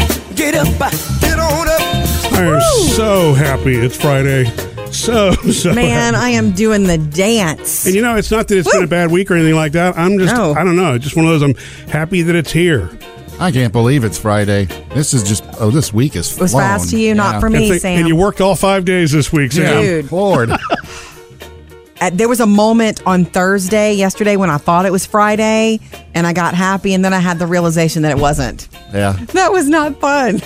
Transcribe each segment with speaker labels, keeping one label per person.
Speaker 1: up, get on up.
Speaker 2: I am so happy it's Friday. So, so
Speaker 3: Man,
Speaker 2: happy.
Speaker 3: I am doing the dance.
Speaker 2: And you know, it's not that it's been a bad week or anything like that. I'm just,
Speaker 3: No.
Speaker 2: I don't know. It's just one of those, I'm happy that it's here.
Speaker 4: I can't believe it's Friday. This is just oh, this week is
Speaker 3: It was
Speaker 4: flown.
Speaker 3: fast to you, not for
Speaker 2: And,
Speaker 3: me,
Speaker 2: think-
Speaker 3: Sam.
Speaker 2: and you worked all five days this week,
Speaker 4: Yeah,
Speaker 2: Sam.
Speaker 3: Dude.
Speaker 4: Lord,
Speaker 3: Uh, there was a moment on Thursday, yesterday, when I thought it was Friday, and I got happy, and then I had the realization that it wasn't.
Speaker 4: yeah.
Speaker 3: That was not fun.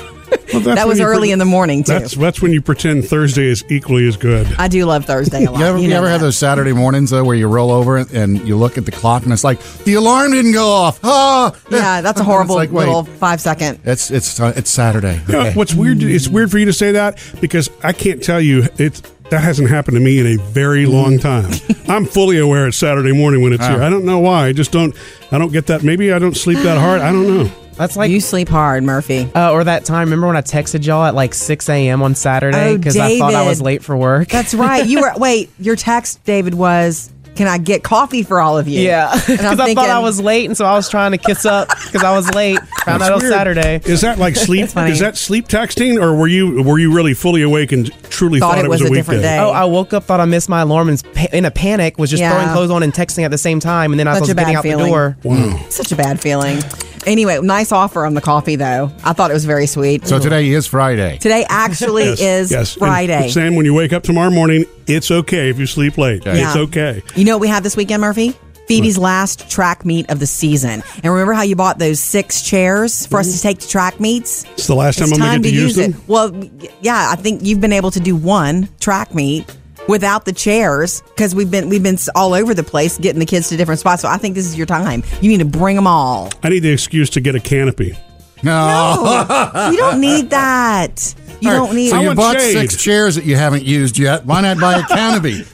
Speaker 2: Well, that's
Speaker 3: that
Speaker 2: when
Speaker 3: was
Speaker 2: you
Speaker 3: early
Speaker 2: pre-
Speaker 3: in the morning, too.
Speaker 2: That's, that's when you pretend Thursday is equally as good.
Speaker 3: I do love Thursday a lot.
Speaker 4: You ever, you
Speaker 3: know
Speaker 4: ever have
Speaker 3: that.
Speaker 4: those Saturday mornings though, where you roll over and, and you look at the clock and it's like the alarm didn't go off. Ah,
Speaker 3: Yeah, that's a
Speaker 4: It's
Speaker 3: horrible
Speaker 4: like, wait,
Speaker 3: little five second.
Speaker 4: It's it's uh, it's Saturday.
Speaker 2: You know,
Speaker 4: Okay.
Speaker 2: what's weird, it's weird for you to say that because I can't tell you it's, that hasn't happened to me in a very long time. I'm fully aware it's Saturday morning when it's here. I don't know why. I just don't, I don't get that. Maybe I don't sleep that hard. I don't know.
Speaker 5: That's like
Speaker 3: you sleep hard, Murphy.
Speaker 5: uh, or that time. Remember when I texted y'all at like 6 a.m. on Saturday
Speaker 3: Oh,
Speaker 5: because I thought I
Speaker 3: David.
Speaker 5: was late for work.
Speaker 3: That's right. You were wait. Your text, David, was, "Can I get coffee for all of you?"
Speaker 5: yeah,
Speaker 3: And
Speaker 5: because I
Speaker 3: I'm thinking,
Speaker 5: thought I was late, and so I was trying to kiss up because I was late. Found out
Speaker 2: That's
Speaker 5: on
Speaker 2: weird.
Speaker 5: Saturday.
Speaker 2: Is that like sleep?
Speaker 3: That's funny.
Speaker 2: is that sleep texting, or were you were you really fully awake and truly thought,
Speaker 3: Thought it was a
Speaker 2: weekday?
Speaker 3: different day.
Speaker 5: Oh, I woke up, thought I missed my alarm, and pa- in a panic was just
Speaker 3: Yeah.
Speaker 5: throwing clothes on and texting at the same time, and then I
Speaker 3: Such
Speaker 5: was
Speaker 3: a bad
Speaker 5: getting out
Speaker 3: feeling.
Speaker 5: the door.
Speaker 2: Wow.
Speaker 3: such a bad feeling. Anyway, nice offer on the coffee though. I thought it was very sweet.
Speaker 4: so today is Friday.
Speaker 3: Today actually
Speaker 2: Yes,
Speaker 3: is
Speaker 2: yes. And
Speaker 3: Friday.
Speaker 2: Sam, when you wake up tomorrow morning, it's okay if you sleep late. It's
Speaker 3: Yeah.
Speaker 2: okay.
Speaker 3: You know what we have this weekend, Murphy? Phoebe's last track meet of the season. And remember how you bought those six chairs for us to take to track meets?
Speaker 2: It's the last time
Speaker 3: it's
Speaker 2: I'm
Speaker 3: time
Speaker 2: going
Speaker 3: to
Speaker 2: to get
Speaker 3: use
Speaker 2: to use
Speaker 3: it.
Speaker 2: them.
Speaker 3: Well, yeah, I think you've been able to do one track meet without the chairs because we've been we've been all over the place getting the kids to different spots. So I think this is your time. You need to bring them all.
Speaker 2: I need the excuse to get a canopy.
Speaker 4: No.
Speaker 3: you don't need that. You don't need.
Speaker 4: So
Speaker 2: I
Speaker 4: you
Speaker 2: want
Speaker 4: bought
Speaker 2: shade.
Speaker 4: six chairs that you haven't used yet. Why not buy a canopy?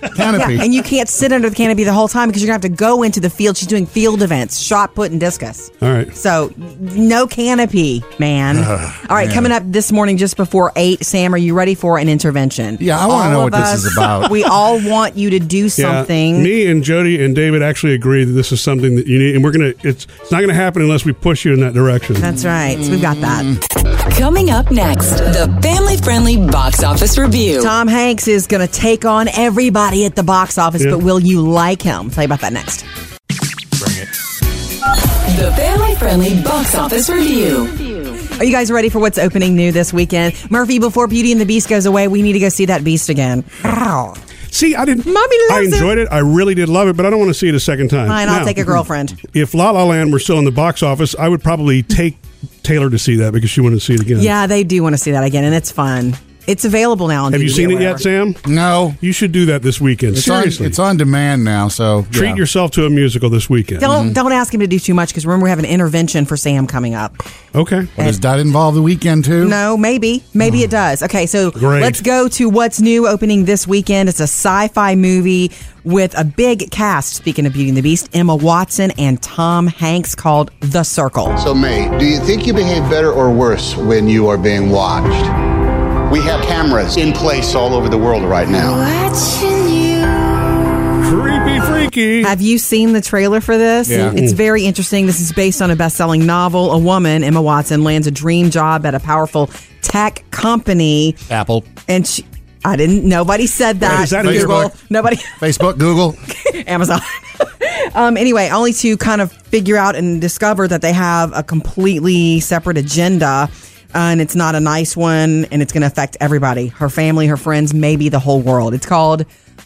Speaker 4: Canopy.
Speaker 3: Yeah, and you can't sit under the canopy the whole time because you're gonna have to go into the field. She's doing field events, shot put, and discus.
Speaker 2: All right.
Speaker 3: So no canopy, man. All right, coming up this morning just before eight. Sam, are you ready for an intervention?
Speaker 4: Yeah, I wanna
Speaker 3: All
Speaker 4: know
Speaker 3: of
Speaker 4: what this is
Speaker 3: us,
Speaker 4: about.
Speaker 3: We all want you to do
Speaker 2: Yeah.
Speaker 3: something.
Speaker 2: Me and Jody and David actually agree that this is something that you need, and we're gonna. It's it's not gonna happen unless we push you in that direction.
Speaker 3: That's right. We've got
Speaker 4: Mm.
Speaker 3: that.
Speaker 6: Coming up next, the family friendly box office review.
Speaker 3: Tom Hanks is going to take on everybody at the box office,
Speaker 2: Yeah.
Speaker 3: but will you like him? Tell you about that next.
Speaker 6: The family friendly box office review.
Speaker 3: Are you guys ready for what's opening new this weekend? Murphy, before Beauty and the Beast goes away, we need to go see that beast again. Wow.
Speaker 2: See, I didn't.
Speaker 3: Mommy
Speaker 2: I
Speaker 3: loves it.
Speaker 2: enjoyed it. I really did love it, but I don't want to see it a second time.
Speaker 3: Fine, I'll
Speaker 2: Now-
Speaker 3: take a girlfriend.
Speaker 2: if La La Land were still in the box office, I would probably take Taylor to see that because she wanted to see it again.
Speaker 3: Yeah, they do want to see that again, and it's fun. It's available now. On
Speaker 2: Have you
Speaker 3: DVD
Speaker 2: seen
Speaker 3: or
Speaker 2: it yet,
Speaker 3: whatever.
Speaker 2: Sam?
Speaker 4: no.
Speaker 2: You should do that this weekend.
Speaker 4: It's on,
Speaker 2: Seriously.
Speaker 4: it's on demand now, so
Speaker 2: Treat
Speaker 4: yeah.
Speaker 2: yourself to a musical this weekend.
Speaker 3: Don't don't ask him to do too much because remember we have an intervention for Sam coming up.
Speaker 2: Okay.
Speaker 4: Well, does that involve the weekend too?
Speaker 3: No, maybe maybe it does. Okay, so
Speaker 2: Great.
Speaker 3: let's go to what's new opening this weekend. It's a sci-fi movie with a big cast. Speaking of Beauty and the Beast, Emma Watson and Tom Hanks called The Circle.
Speaker 7: So, May, do you think you behave better or worse when you are being watched? We have cameras in place all over the world right now.
Speaker 8: Watching you.
Speaker 2: Creepy freaky.
Speaker 3: Have you seen the trailer for this?
Speaker 4: Yeah.
Speaker 3: It's
Speaker 2: Mm.
Speaker 3: very interesting. This is based on a best selling novel. A woman, Emma Watson, lands a dream job at a powerful tech company.
Speaker 4: Apple,
Speaker 3: And she, I didn't, nobody said that.
Speaker 2: Right, is that
Speaker 3: Google?
Speaker 2: Facebook?
Speaker 3: Nobody,
Speaker 4: Facebook, Google.
Speaker 3: Amazon. um, anyway, only to kind of figure out and discover that they have a completely separate agenda. uh, and it's not a nice one, and it's going to affect everybody her family, her friends, maybe the whole world. It's called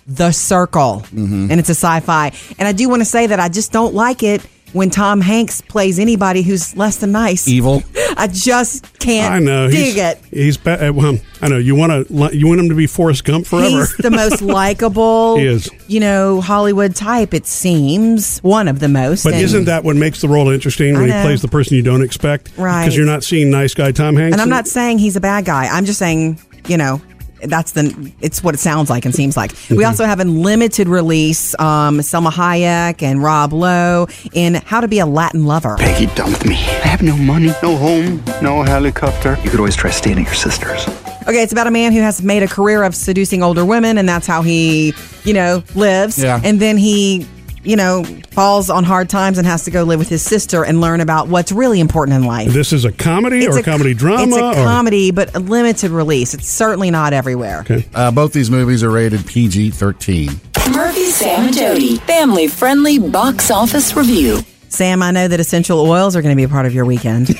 Speaker 3: The Circle,
Speaker 2: Mm-hmm.
Speaker 3: and it's a sci fi. And I do want to say that I just don't like it when Tom Hanks plays anybody who's less than nice.
Speaker 4: Evil.
Speaker 3: I just can't
Speaker 2: I know.
Speaker 3: dig
Speaker 2: he's,
Speaker 3: it.
Speaker 2: He's ba- uh, well, I know you want to. You want him to be Forrest Gump forever.
Speaker 3: He's the most likable,
Speaker 2: He is.
Speaker 3: you know, Hollywood type, it seems. One of the most.
Speaker 2: but
Speaker 3: and-
Speaker 2: isn't that what makes the role interesting when
Speaker 3: I
Speaker 2: he
Speaker 3: know.
Speaker 2: plays the person you don't expect?
Speaker 3: Right.
Speaker 2: Because you're not seeing nice guy Tom Hanks.
Speaker 3: And I'm not saying he's a bad guy. I'm just saying, you know, that's the it's what it sounds like and seems like.
Speaker 2: Mm-hmm.
Speaker 3: We also have in limited release um, Selma Hayek and Rob Lowe in How to Be a Latin Lover.
Speaker 7: Peggy dumped me. I have no money, no home, no helicopter.
Speaker 9: You could always try staying at your sister's.
Speaker 3: Okay, it's about a man who has made a career of seducing older women, and that's how he, you know, lives.
Speaker 4: Yeah.
Speaker 3: And then he you know, falls on hard times and has to go live with his sister and learn about what's really important in life.
Speaker 2: This is a comedy or a comedy drama?
Speaker 3: It's
Speaker 2: or-
Speaker 3: a comedy, but a limited release. It's certainly not everywhere.
Speaker 2: Okay.
Speaker 4: Uh, both these movies are rated PG 13.
Speaker 6: Murphy, Sam, and Jody. Family friendly box office review.
Speaker 3: Sam, I know that essential oils are going to be a part of your weekend.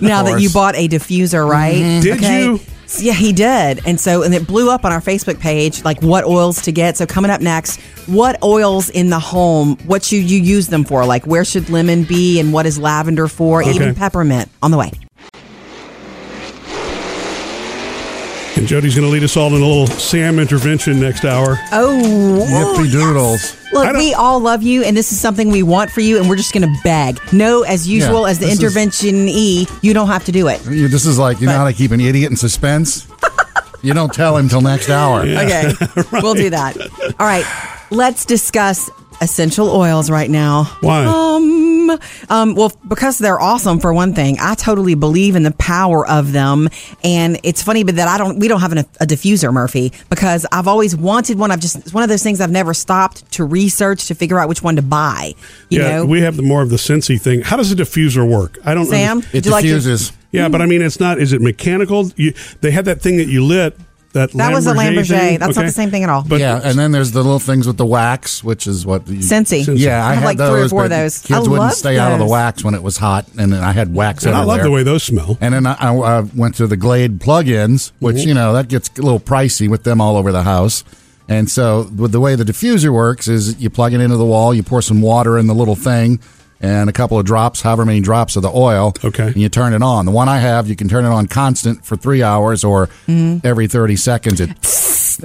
Speaker 3: now that you
Speaker 4: course.
Speaker 3: bought a diffuser, right?
Speaker 2: Did you?
Speaker 3: Yeah, he did. And so, and it blew up on our Facebook page, like what oils to get. So, coming up next, what oils in the home, what should you use them for? Like, where should lemon be and what is lavender for?
Speaker 2: Okay.
Speaker 3: Even peppermint on the way.
Speaker 2: And Jody's going to lead us all in a little Sam intervention next hour.
Speaker 3: Oh,
Speaker 4: Yippee doodles.
Speaker 2: I
Speaker 3: Look,
Speaker 2: don't-
Speaker 3: we all love you, and this is something we want for you, and we're just going to beg. No, as usual,
Speaker 4: Yeah,
Speaker 3: as the
Speaker 4: this is-
Speaker 3: intervention E, you don't have to do it.
Speaker 4: You- This is like, you know how to keep an idiot in suspense? you don't tell him till next hour.
Speaker 3: Okay, we'll do that. All right, let's discuss essential oils right now.
Speaker 2: Why?
Speaker 3: Um, um, well, because they're awesome for one thing. I totally believe in the power of them, and it's funny, but that I don't. We don't have an, a diffuser, Murphy, because I've always wanted one. I've just it's one of those things I've never stopped to research to figure out which one to buy. You
Speaker 2: yeah,
Speaker 3: know,
Speaker 2: we have the more of the scentsy thing. How does a diffuser work? I don't
Speaker 3: Sam?
Speaker 2: under-
Speaker 4: It
Speaker 3: Do you like your-
Speaker 4: diffuses.
Speaker 2: Yeah, but I mean, it's not. Is it mechanical? You, they had that thing that you lit. That
Speaker 3: That was a Lamborghini.
Speaker 2: thing,
Speaker 3: That's not the same thing at all.
Speaker 2: But
Speaker 4: yeah, and then there's the little things with the wax, which is what you,
Speaker 3: Scentsy.
Speaker 4: Yeah, I,
Speaker 3: I have
Speaker 4: had
Speaker 3: like three
Speaker 4: those,
Speaker 3: or four
Speaker 4: but
Speaker 3: of those.
Speaker 4: Kids
Speaker 3: I
Speaker 4: wouldn't
Speaker 3: love
Speaker 4: stay out of the
Speaker 3: those.
Speaker 4: wax when it was hot, and then I had wax
Speaker 2: and I
Speaker 4: everywhere.
Speaker 2: love the way those smell.
Speaker 4: And then I, I, uh, went to the Glade plug-ins, which you know that gets a little pricey with them all over the house. And so with the way the diffuser works is you plug it into the wall, you pour some water in the little thing, and a couple of drops, however many drops of the oil.
Speaker 2: Okay.
Speaker 4: And you turn it on. The one I have, you can turn it on constant for three hours or every thirty seconds. It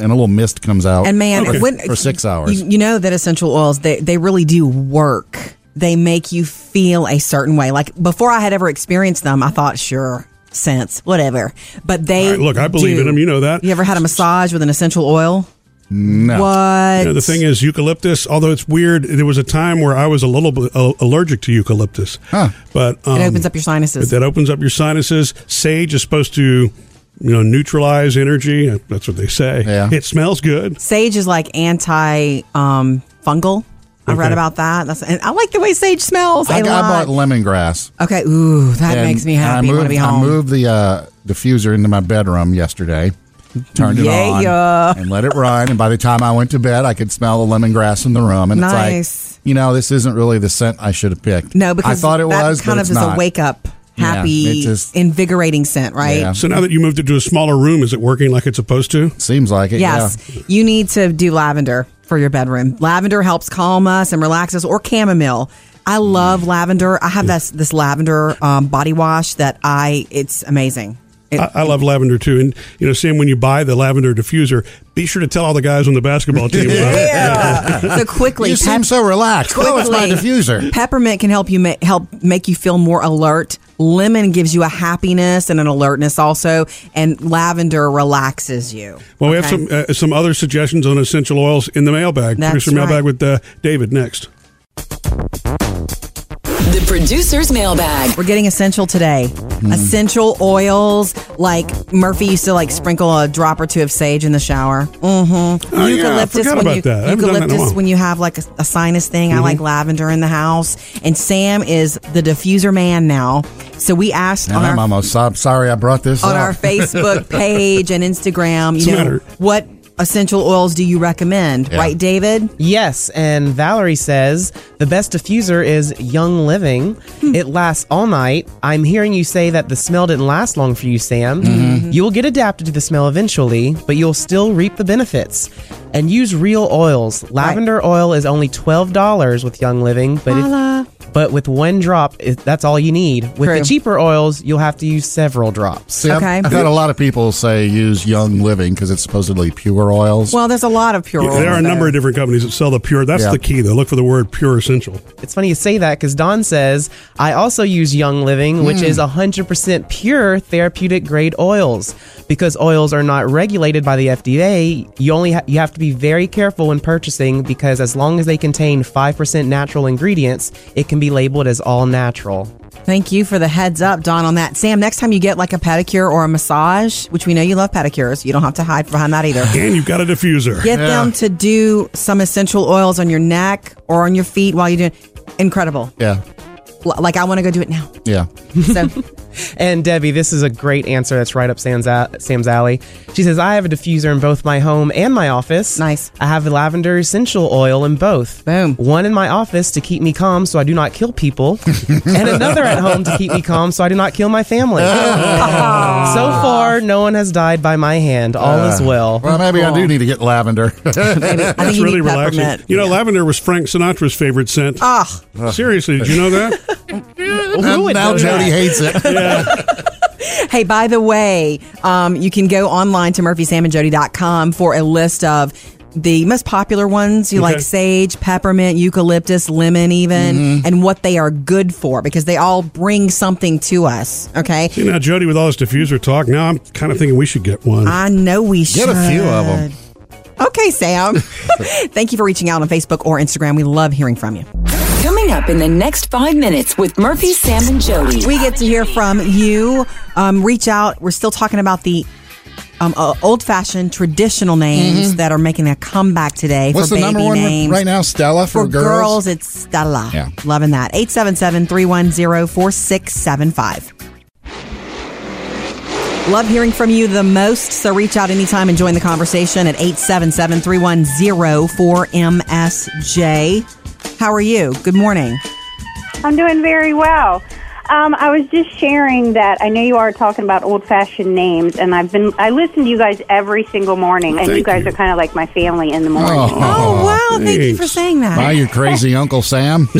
Speaker 4: and a little mist comes out.
Speaker 3: Mm-hmm. And man,
Speaker 2: Okay.
Speaker 3: when,
Speaker 4: For six hours.
Speaker 3: you, you know that essential oils they they really do work. They make you feel a certain way. Like before I had ever experienced them, I thought sure sense whatever. But they
Speaker 2: All right, look, I believe
Speaker 3: do.
Speaker 2: in them. You know that.
Speaker 3: You ever had a massage with an essential oil?
Speaker 4: no.
Speaker 3: What?
Speaker 2: You know, the thing is, eucalyptus. Although it's weird, there was a time where I was a little bit uh, allergic to eucalyptus.
Speaker 4: Huh.
Speaker 2: But um,
Speaker 3: it opens up your sinuses.
Speaker 2: That opens up your sinuses. Sage is supposed to, you know, neutralize energy. That's what they say.
Speaker 4: Yeah.
Speaker 2: It smells good.
Speaker 3: Sage is like anti um, fungal. I
Speaker 2: Okay.
Speaker 3: read about that. That's and I like the way sage smells.
Speaker 4: I,
Speaker 3: a
Speaker 4: I
Speaker 3: lot.
Speaker 4: bought lemongrass.
Speaker 3: okay, ooh, that
Speaker 4: And
Speaker 3: makes me
Speaker 4: I
Speaker 3: happy. I
Speaker 4: moved,
Speaker 3: want to be home.
Speaker 4: I moved the uh, diffuser into my bedroom yesterday, turned it on,
Speaker 3: Yeah.
Speaker 4: and let it run. And by the time I went to bed, I could smell the lemongrass in the room. And it's
Speaker 3: Nice.
Speaker 4: like, you know, this isn't really the scent I should have picked.
Speaker 3: No, because
Speaker 4: I thought it
Speaker 3: that
Speaker 4: was,
Speaker 3: kind of
Speaker 4: but it's
Speaker 3: is
Speaker 4: not.
Speaker 3: a wake up,
Speaker 4: Yeah,
Speaker 3: happy,
Speaker 4: it just-
Speaker 3: invigorating scent, right?
Speaker 4: Yeah.
Speaker 2: So now that you moved it to a smaller room, is it working like it's supposed to?
Speaker 4: Seems like it.
Speaker 3: Yes, you need to do lavender for your bedroom. Lavender helps calm us and relax us, or chamomile. I love
Speaker 4: Mm.
Speaker 3: lavender. I have this this lavender um, body wash that I. It's amazing. It,
Speaker 2: I, I love lavender too. And, you know, Sam, when you buy the lavender diffuser, be sure to tell all the guys on the basketball team about it.
Speaker 3: yeah. so
Speaker 4: Yeah.
Speaker 3: quickly,
Speaker 4: You seem
Speaker 3: pep-
Speaker 4: so relaxed. Oh, it's my
Speaker 3: Quickly.
Speaker 4: diffuser.
Speaker 3: Peppermint can help you ma- help make you feel more alert. Lemon gives you a happiness and an alertness also, and lavender relaxes you.
Speaker 2: Well, we
Speaker 3: Okay?
Speaker 2: have some uh, some other suggestions on essential oils in the mailbag.
Speaker 3: That's
Speaker 2: Producer mailbag
Speaker 3: right.
Speaker 2: with uh, David next.
Speaker 6: The producer's mailbag.
Speaker 3: We're getting essential today.
Speaker 2: Hmm.
Speaker 3: Essential oils, like Murphy used to like sprinkle a drop or two of sage in the shower. Mm-hmm.
Speaker 2: Oh, yeah, I forgot
Speaker 3: when
Speaker 2: about
Speaker 3: you
Speaker 2: that. I haven't done that in a
Speaker 3: eucalyptus
Speaker 2: while. Mm-hmm.
Speaker 3: when you have like a, a sinus thing. I like lavender in the house, and Sam is the diffuser man now. So we asked
Speaker 4: And
Speaker 3: on
Speaker 4: I'm
Speaker 3: our
Speaker 4: almost so- sorry I brought this
Speaker 3: on
Speaker 4: up.
Speaker 3: our Facebook page and Instagram.
Speaker 2: Doesn't
Speaker 3: You know
Speaker 2: matter.
Speaker 3: what essential oils do you recommend?
Speaker 4: Yeah.
Speaker 3: Right, David.
Speaker 5: Yes, and Valerie says the best diffuser is Young Living.
Speaker 3: Hmm.
Speaker 5: It lasts all night. I'm hearing you say that the smell didn't last long for you, Sam. You'll get adapted to the smell eventually, but you'll still reap the benefits. And use real oils. Lavender oil is only twelve dollars with Young Living, but
Speaker 3: Voila.
Speaker 5: if, but with one drop, it, that's all you need. With
Speaker 3: True.
Speaker 5: the cheaper oils, you'll have to use several drops.
Speaker 4: See, I've-
Speaker 3: Okay.
Speaker 4: I've, had a lot of people say use Young Living because it's supposedly pure oils.
Speaker 3: Well, there's a lot of pure oils.
Speaker 2: there are a number
Speaker 3: though.
Speaker 2: of different companies that sell the pure. That's
Speaker 4: Yeah.
Speaker 2: the key, though. Look for the word pure essential.
Speaker 5: It's funny you say that because Don says, I also use Young Living, which is 100% pure therapeutic grade oils. Because oils are not regulated by the FDA, you only ha- you have to be very careful when purchasing because as long as they contain 5% natural ingredients, it can be labeled as all natural.
Speaker 3: Thank you for the heads up, Don, on that. Sam, next time you get like a pedicure or a massage, which we know you love pedicures, you don't have to hide behind that either.
Speaker 2: And you've got a diffuser.
Speaker 3: Get them to do some essential oils on your neck or on your feet while you're doing incredible.
Speaker 4: Yeah.
Speaker 3: L- Like I want to go do it now.
Speaker 4: Yeah.
Speaker 3: So
Speaker 5: And Debbie, this is a great answer. That's right up Sam's, a- Sam's alley. She says, I have a diffuser in both my home and my office.
Speaker 3: Nice.
Speaker 5: I have lavender essential oil in both.
Speaker 3: Boom.
Speaker 5: One in my office to keep me calm so I do not kill people, and another at home to keep me calm so I do not kill my family. so far, no one has died by my hand. All is well.
Speaker 4: Uh, Well, maybe I do need to get lavender.
Speaker 3: I think
Speaker 2: It's
Speaker 3: you
Speaker 2: really
Speaker 3: need peppermint.
Speaker 2: relaxing. You know, lavender was Frank Sinatra's favorite scent.
Speaker 3: Ah,
Speaker 2: Seriously, did you know that?
Speaker 5: Who
Speaker 4: and
Speaker 5: would
Speaker 4: now
Speaker 5: know
Speaker 4: Um, Jody
Speaker 5: that?
Speaker 4: hates it.
Speaker 3: Hey, by the way, um, you can go online to murphysamandjody.com for a list of the most popular ones you
Speaker 2: Okay.
Speaker 3: like sage, peppermint, eucalyptus, lemon, even,
Speaker 4: Mm-hmm.
Speaker 3: and what they are good for because they all bring something to us. Okay.
Speaker 2: You know, Jody, with all this diffuser talk, now I'm kind of thinking we should get one.
Speaker 3: I know we should.
Speaker 4: Get a few of 'em.
Speaker 3: Okay, Sam. Thank you for reaching out on Facebook or Instagram. We love hearing from you.
Speaker 6: Coming up in the next five minutes with Murphy, Sam, and Jody.
Speaker 3: We get to hear from you. Um, reach out. We're still talking about the um, uh, old fashioned traditional names that are making a comeback today.
Speaker 4: Mm-hmm. What's
Speaker 3: for
Speaker 4: the
Speaker 3: baby
Speaker 4: number one
Speaker 3: names.
Speaker 4: right now? Stella for,
Speaker 3: For girls, it's Stella.
Speaker 4: Yeah.
Speaker 3: Loving that. 877 310 4675. Love hearing from you the most, so reach out anytime and join the conversation at 877 310 4MSJ. How are you? Good morning.
Speaker 10: I'm doing very well. Um, I was just sharing that I know you are talking about old-fashioned names, and I've been I listen to you guys every single morning, and
Speaker 2: Thank
Speaker 10: you guys
Speaker 2: you.
Speaker 10: are kind of like my family in the morning.
Speaker 3: Oh, wow. Thank you for
Speaker 2: thanks.
Speaker 3: saying that.
Speaker 4: Wow, you crazy Uncle Sam.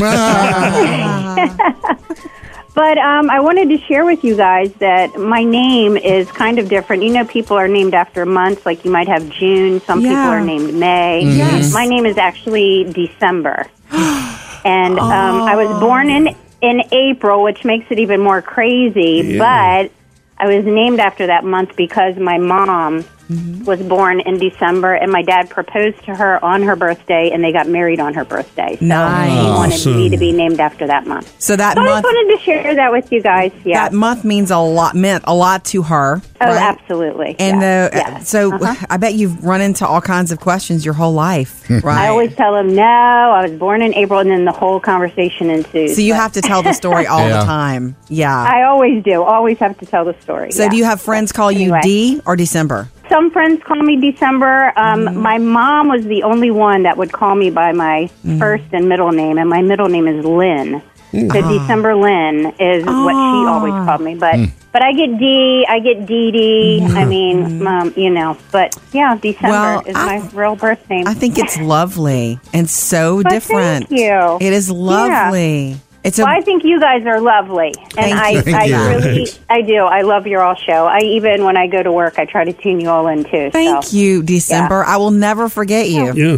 Speaker 10: But um, I wanted to share with you guys that my name is kind of different. You know, people are named after months. Like you might have June. Some people
Speaker 3: Yeah. Mm-hmm.
Speaker 10: are named May.
Speaker 3: Yes.
Speaker 10: My name is actually December, and um, I
Speaker 3: Oh.
Speaker 10: was born in in April, which makes it even more crazy. But I was named after that month because my mom
Speaker 3: Mm-hmm.
Speaker 10: was born in December, and my dad proposed to her on her birthday, and they got married on her birthday. So he
Speaker 3: Nice.
Speaker 10: wanted me to be named after that month.
Speaker 3: So that
Speaker 10: So I just
Speaker 3: month.
Speaker 10: wanted to share that with you guys. Yeah.
Speaker 3: That month means a lot, meant a lot to her.
Speaker 10: oh,
Speaker 3: right?
Speaker 10: absolutely.
Speaker 3: And
Speaker 10: yeah.
Speaker 3: though,
Speaker 10: yeah. Uh-huh.
Speaker 3: so I bet you've run into all kinds of questions your whole life, right?
Speaker 10: I always tell them no. I was born in April, and then the whole conversation ensues.
Speaker 3: So you
Speaker 10: But
Speaker 3: have to tell the story all
Speaker 4: Yeah.
Speaker 3: the time. Yeah.
Speaker 10: I always do. Always have to tell the story.
Speaker 3: so
Speaker 10: Uh, yeah.
Speaker 3: do you have friends call you
Speaker 10: Anyway.
Speaker 3: D or December?
Speaker 10: Some friends call me December. Um,
Speaker 3: Mm-hmm.
Speaker 10: My mom was the only one that would call me by my
Speaker 3: Mm-hmm.
Speaker 10: first and middle name, and my middle name is Lynn. So December Lynn is what
Speaker 3: Ah.
Speaker 10: she always called me. But but I get D, I get Dee Dee. I mean, um, you know. But yeah, December
Speaker 3: Mm-hmm. Well,
Speaker 10: is
Speaker 3: I-
Speaker 10: my real birth name.
Speaker 3: I think it's lovely and so
Speaker 10: Well,
Speaker 3: different.
Speaker 10: thank you.
Speaker 3: It is
Speaker 10: Yeah.
Speaker 3: lovely. It's a
Speaker 10: Well, I think you guys are lovely, and
Speaker 3: Thank
Speaker 10: I,
Speaker 3: you.
Speaker 4: Thank
Speaker 10: I
Speaker 4: you.
Speaker 10: really, I do. I love your all show. I even when I go to work, I try to tune you all in too.
Speaker 3: thank
Speaker 10: so.
Speaker 3: you, December. I will never forget you.
Speaker 2: yeah.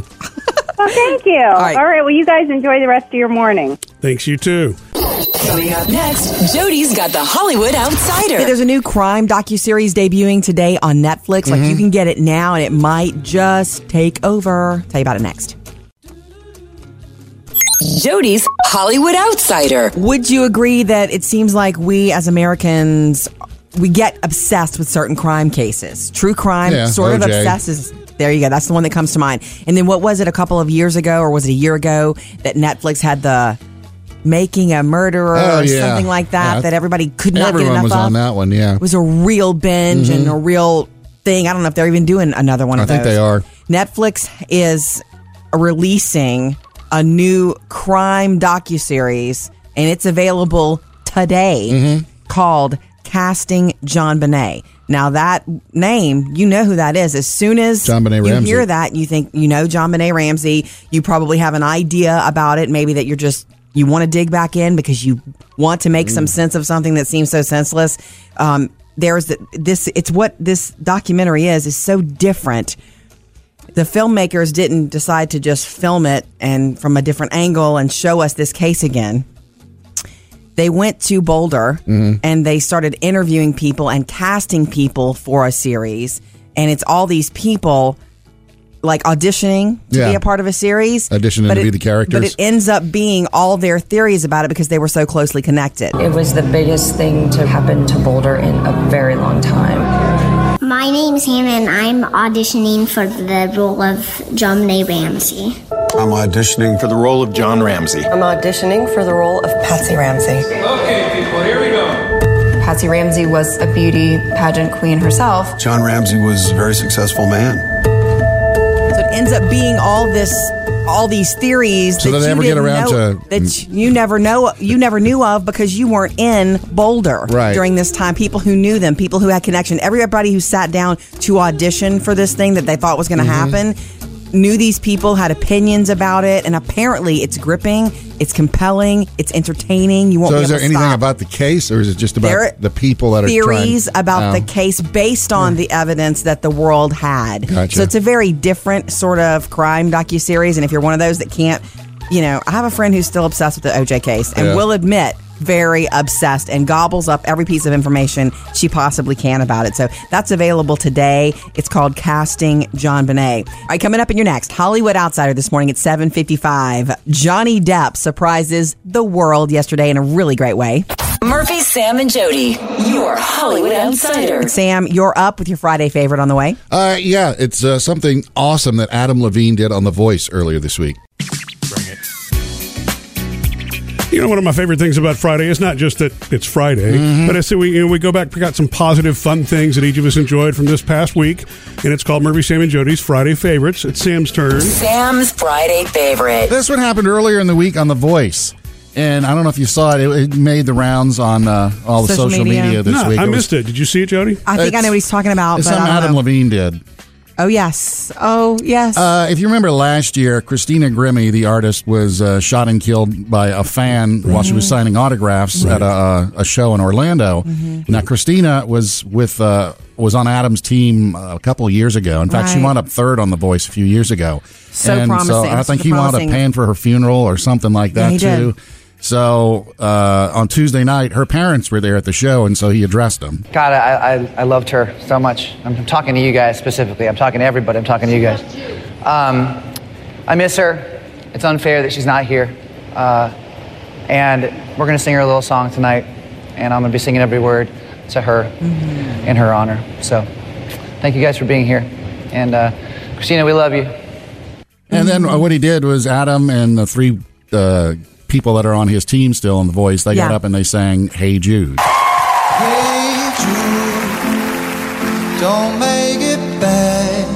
Speaker 10: Well, thank you.
Speaker 3: right.
Speaker 10: all right. Well, you guys enjoy the rest of your morning.
Speaker 2: Thanks, you too.
Speaker 6: Coming up next, Jody's got the Hollywood
Speaker 3: Hey,
Speaker 6: Outsider.
Speaker 3: there's a new crime docuseries debuting today on Netflix. Like you can get it now and it might just take over. Tell you about it next.
Speaker 6: Jody's Hollywood Outsider.
Speaker 3: Would you agree that it seems like we as Americans we get obsessed with certain crime cases? True crime
Speaker 4: Yeah,
Speaker 3: sort of
Speaker 4: OJ.
Speaker 3: obsesses. There you go. That's the one that comes to mind. And then what was it a couple of years ago or was it a year ago that Netflix had the making a murderer
Speaker 4: Oh,
Speaker 3: or
Speaker 4: yeah.
Speaker 3: something like that
Speaker 4: Yeah.
Speaker 3: that everybody could not get
Speaker 4: Everyone
Speaker 3: enough
Speaker 4: was
Speaker 3: of?
Speaker 4: on that one, yeah. Mm-hmm.
Speaker 3: It was a real binge and a real thing. I don't know if they're even doing another one
Speaker 4: I
Speaker 3: of
Speaker 4: think
Speaker 3: those.
Speaker 4: they are.
Speaker 3: Netflix is releasing a new crime docuseries, and it's available today
Speaker 4: Mm-hmm.
Speaker 3: called Casting John Bonet. Now that name, you know who that is. As soon as
Speaker 4: John Benet
Speaker 3: you
Speaker 4: Ramsey.
Speaker 3: hear that, you think you know John Bonet Ramsey. You probably have an idea about it. Maybe that you're just you want to dig back in because you want to make
Speaker 4: Mm.
Speaker 3: some sense of something that seems so senseless. Um, there's the, this. It's what this documentary is. is so different the filmmakers didn't decide to just film it and from a different angle and show us this case again. They went to Boulder
Speaker 4: Mm-hmm.
Speaker 3: and they started interviewing people and casting people for a series. And it's all these people like auditioning to
Speaker 4: Yeah.
Speaker 3: be a part of a series,
Speaker 4: Auditioning
Speaker 3: but
Speaker 4: to
Speaker 3: it-
Speaker 4: be the characters.
Speaker 3: but it ends up being all their theories about it because they were so closely connected.
Speaker 11: It was the biggest thing to happen to Boulder in a very long time.
Speaker 12: My name's Hannah, and I'm auditioning for the role of Jomne Ramsey.
Speaker 13: I'm auditioning for the role of John Ramsey.
Speaker 11: I'm auditioning for the role of Patsy Ramsey.
Speaker 13: Okay, people, here we go.
Speaker 11: Patsy Ramsey was a beauty pageant queen herself.
Speaker 13: John Ramsey was a very successful man.
Speaker 3: So it ends up being all this, all these theories
Speaker 4: So
Speaker 3: that
Speaker 4: they
Speaker 3: you
Speaker 4: never get
Speaker 3: didn't
Speaker 4: around
Speaker 3: know,
Speaker 4: to-
Speaker 3: that you never know, you never knew of because you weren't in Boulder
Speaker 4: Right.
Speaker 3: during this time. People who knew them, people who had connection, everybody who sat down to audition for this thing that they thought was going to
Speaker 4: Mm-hmm.
Speaker 3: happen knew these people, had opinions about it, and apparently it's gripping, it's compelling, it's entertaining. You won't.
Speaker 4: So
Speaker 3: be
Speaker 4: is
Speaker 3: able
Speaker 4: there
Speaker 3: to
Speaker 4: anything
Speaker 3: stop.
Speaker 4: about the case, or is it just about
Speaker 3: There-
Speaker 4: the people that are
Speaker 3: theories
Speaker 4: trying,
Speaker 3: about
Speaker 4: Oh.
Speaker 3: the case based on the evidence that the world had.
Speaker 4: Gotcha.
Speaker 3: So it's a very different sort of crime docu series. And if you're one of those that can't, you know, I have a friend who's still obsessed with the OJ case and
Speaker 4: Yeah.
Speaker 3: will admit very obsessed and gobbles up every piece of information she possibly can about it. So that's available today. It's called Casting John Bonet. All right, coming up in your next Hollywood Outsider this morning at 7:55, Johnny Depp surprises the world yesterday in a really great way.
Speaker 6: Murphy, Sam, and Jody, your Hollywood Outsider.
Speaker 3: Sam, you're up with your Friday favorite on the way.
Speaker 4: Uh, yeah, it's uh, something awesome that Adam Levine did on The Voice earlier this week.
Speaker 2: You know, one of my favorite things about Friday is not just that it's Friday, but I say we you know, we go back, pick out some positive, fun things that each of us enjoyed from this past week, and it's called Murphy, Sam, and Jody's Friday Favorites. It's Sam's turn.
Speaker 6: Sam's Friday favorite.
Speaker 4: This one happened earlier in the week on The Voice, and I don't know if you saw it. It, it made the rounds on uh, all the
Speaker 3: Social
Speaker 4: social
Speaker 3: media.
Speaker 4: media, this
Speaker 2: No,
Speaker 4: week.
Speaker 2: I
Speaker 4: It was-
Speaker 2: missed it. Did you see it, Jody?
Speaker 3: I think I know what he's talking about.
Speaker 4: It's
Speaker 3: But I
Speaker 4: something
Speaker 3: don't
Speaker 4: Adam
Speaker 3: know.
Speaker 4: Levine did.
Speaker 3: Oh yes. Oh yes.
Speaker 4: Uh, if you remember last year, Christina Grimmie, the artist, was uh, shot and killed by a fan while she
Speaker 3: Mm-hmm.
Speaker 4: was signing autographs at a, a show in Orlando.
Speaker 3: Mm-hmm.
Speaker 4: Now, Christina was with uh, was on Adam's team a couple of years ago. In fact, she
Speaker 3: Right.
Speaker 4: wound up third on The Voice a few years ago.
Speaker 3: So
Speaker 4: and So
Speaker 3: promising.
Speaker 4: I think
Speaker 3: Such a
Speaker 4: he wound up
Speaker 3: promising-
Speaker 4: paying for her funeral or something like
Speaker 3: Yeah,
Speaker 4: that
Speaker 3: he did.
Speaker 4: too. So uh, on Tuesday night, her parents were there at the show, and so he addressed them.
Speaker 14: God, I, I, I loved her so much. I'm talking to you guys specifically. I'm talking to everybody. I'm talking to you guys. Um, I miss her. It's unfair that she's not here. Uh, and we're going to sing her a little song tonight. And I'm going to be singing every word to her in her honor. So thank you guys for being here. And uh, Christina, we love you.
Speaker 4: And then uh, what he did was Adam and the three uh, people that are on his team still in the voice, they got
Speaker 3: Yeah.
Speaker 4: up and they sang Hey Jude.
Speaker 1: Hey Jude, don't make it bad.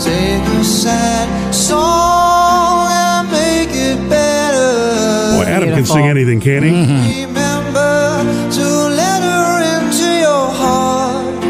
Speaker 1: Take your sad song and make it better.
Speaker 2: Boy, Adam can sing anything, can he?
Speaker 1: Remember to let her into your heart.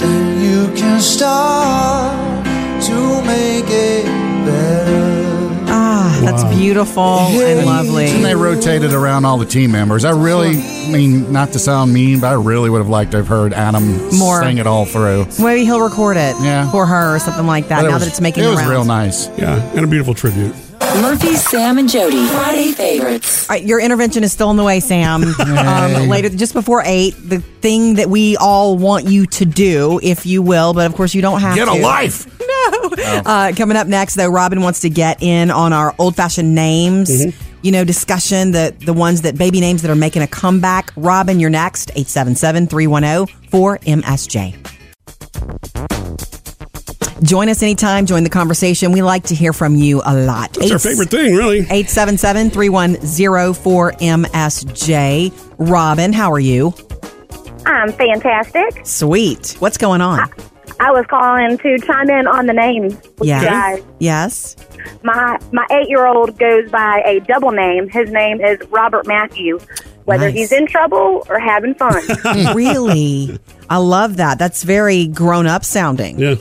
Speaker 1: Then you can start to make it better.
Speaker 3: ah, that's beautiful and
Speaker 4: And they
Speaker 3: lovely.
Speaker 4: rotated around all the team members. I really I mean, not to sound mean, but I really would have liked to have heard Adam
Speaker 3: More.
Speaker 4: sing it all through.
Speaker 3: Maybe he'll record it
Speaker 4: Yeah.
Speaker 3: for her or something like that.
Speaker 4: But it
Speaker 3: now
Speaker 4: was-
Speaker 3: that it's making
Speaker 4: it
Speaker 3: the
Speaker 4: was
Speaker 3: rounds.
Speaker 4: real nice.
Speaker 2: Yeah, and a beautiful tribute.
Speaker 6: Murphy, Sam, and Jody, Friday favorites.
Speaker 3: All right, your intervention is still in the way, Sam. um, later, just before eight, the thing that we all want you to do, if you will, but of course you don't have
Speaker 4: Get
Speaker 3: to.
Speaker 4: a life.
Speaker 3: Uh, coming up next, though, Robin wants to get in on our old fashioned names. You know, discussion the the ones that baby names that are making a comeback. Robin, you're next. oh, 877-310-4MSJ. Join us anytime. Join the conversation. We like to hear from you a lot.
Speaker 2: That's our favorite thing, really.
Speaker 3: oh, 877-310-4MSJ. Robin, how are you?
Speaker 10: I'm fantastic.
Speaker 3: Sweet. What's going on?
Speaker 10: I was calling to chime in on the name. with you
Speaker 3: Yeah.
Speaker 10: guys.
Speaker 3: Yes.
Speaker 10: My my eight year old goes by a double name. His name is Robert Matthew. Whether
Speaker 3: Nice.
Speaker 10: he's in trouble or having fun,
Speaker 3: really? I love that. That's very grown up sounding.
Speaker 2: Yeah.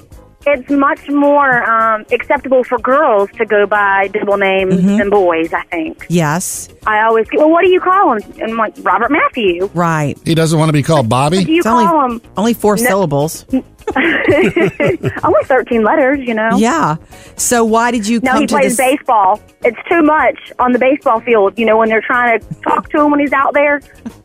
Speaker 10: it's much more um, acceptable for girls to go by double names
Speaker 3: Mm-hmm.
Speaker 10: than boys. I think.
Speaker 3: Yes.
Speaker 10: I always well, what do you call him? And I'm like Robert Matthew.
Speaker 3: Right.
Speaker 4: He doesn't want to be called
Speaker 10: What do
Speaker 4: Bobby.
Speaker 10: you
Speaker 3: It's
Speaker 10: call
Speaker 3: only, Oh.
Speaker 10: him?
Speaker 3: only four
Speaker 10: No.
Speaker 3: syllables.
Speaker 10: Only 13 letters, you know.
Speaker 3: Yeah. So why did you
Speaker 10: No,
Speaker 3: come
Speaker 10: he
Speaker 3: to
Speaker 10: plays
Speaker 3: this?
Speaker 10: baseball. It's too much on the baseball field, you know, when they're trying to talk to him when he's out there.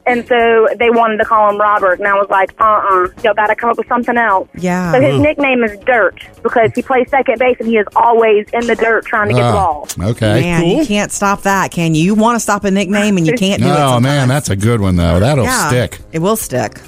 Speaker 10: And so they wanted to call him Robert. And I was like, uh uh-uh, uh, you all got to come up with something else.
Speaker 3: Yeah.
Speaker 10: So his
Speaker 3: Wow.
Speaker 10: nickname is Dirt because he plays second base and he is always in the dirt trying to get the ball.
Speaker 4: Ah, Okay.
Speaker 3: Man, you can't stop that, can you? You want to stop a nickname and you can't do it.
Speaker 4: Oh, man, that's a good one, though. That'll
Speaker 3: Yeah,
Speaker 4: stick.
Speaker 3: It will stick.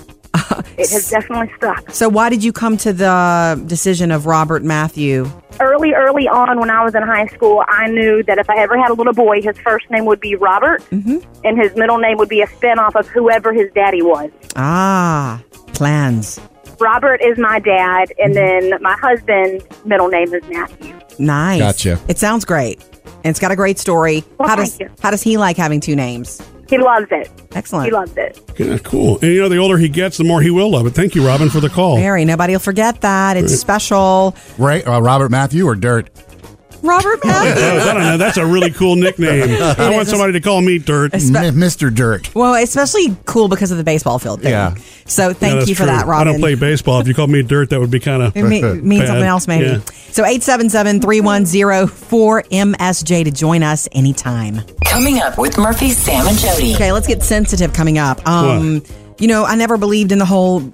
Speaker 10: It has definitely stuck.
Speaker 3: So why did you come to the decision of Robert Matthew?
Speaker 10: Early, early on when I was in high school, I knew that if I ever had a little boy, his first name would be Robert
Speaker 3: Mm-hmm.
Speaker 10: and his middle name would be a spinoff of whoever his daddy was.
Speaker 3: Ah, plans.
Speaker 10: Robert is my dad, and then my husband's middle name is Matthew.
Speaker 3: Nice.
Speaker 4: Gotcha.
Speaker 3: It sounds great. And it's got a great story.
Speaker 10: Well,
Speaker 3: how
Speaker 10: thank
Speaker 3: does
Speaker 10: you.
Speaker 3: how does he like having two names?
Speaker 10: He loves it.
Speaker 3: Excellent.
Speaker 10: He loves it.
Speaker 2: Yeah, cool. And you know, the older he gets, the more he will love it. Thank you, Robin, for the call.
Speaker 3: Mary, nobody will forget that. It's
Speaker 2: Right.
Speaker 3: special.
Speaker 4: Right, uh, Robert Matthew or Dirt?
Speaker 3: Robert
Speaker 2: I
Speaker 3: Matthew.
Speaker 2: don't know. That's a really cool nickname. I want somebody to call me Dirt.
Speaker 4: M- Mr. Dirt.
Speaker 3: Well, especially cool because of the baseball field thing.
Speaker 4: Yeah.
Speaker 3: So
Speaker 2: Yeah,
Speaker 3: thank
Speaker 2: that's
Speaker 3: you for
Speaker 2: true.
Speaker 3: that, Robin.
Speaker 2: I don't play baseball. If you called me Dirt, that would be kind of
Speaker 3: It me- means something else, maybe. So 877 310 4MSJ to join us anytime.
Speaker 6: Coming up with Murphy, Sam, and Jody.
Speaker 3: Okay, let's get sensitive coming up. Um, you know, I never believed in the whole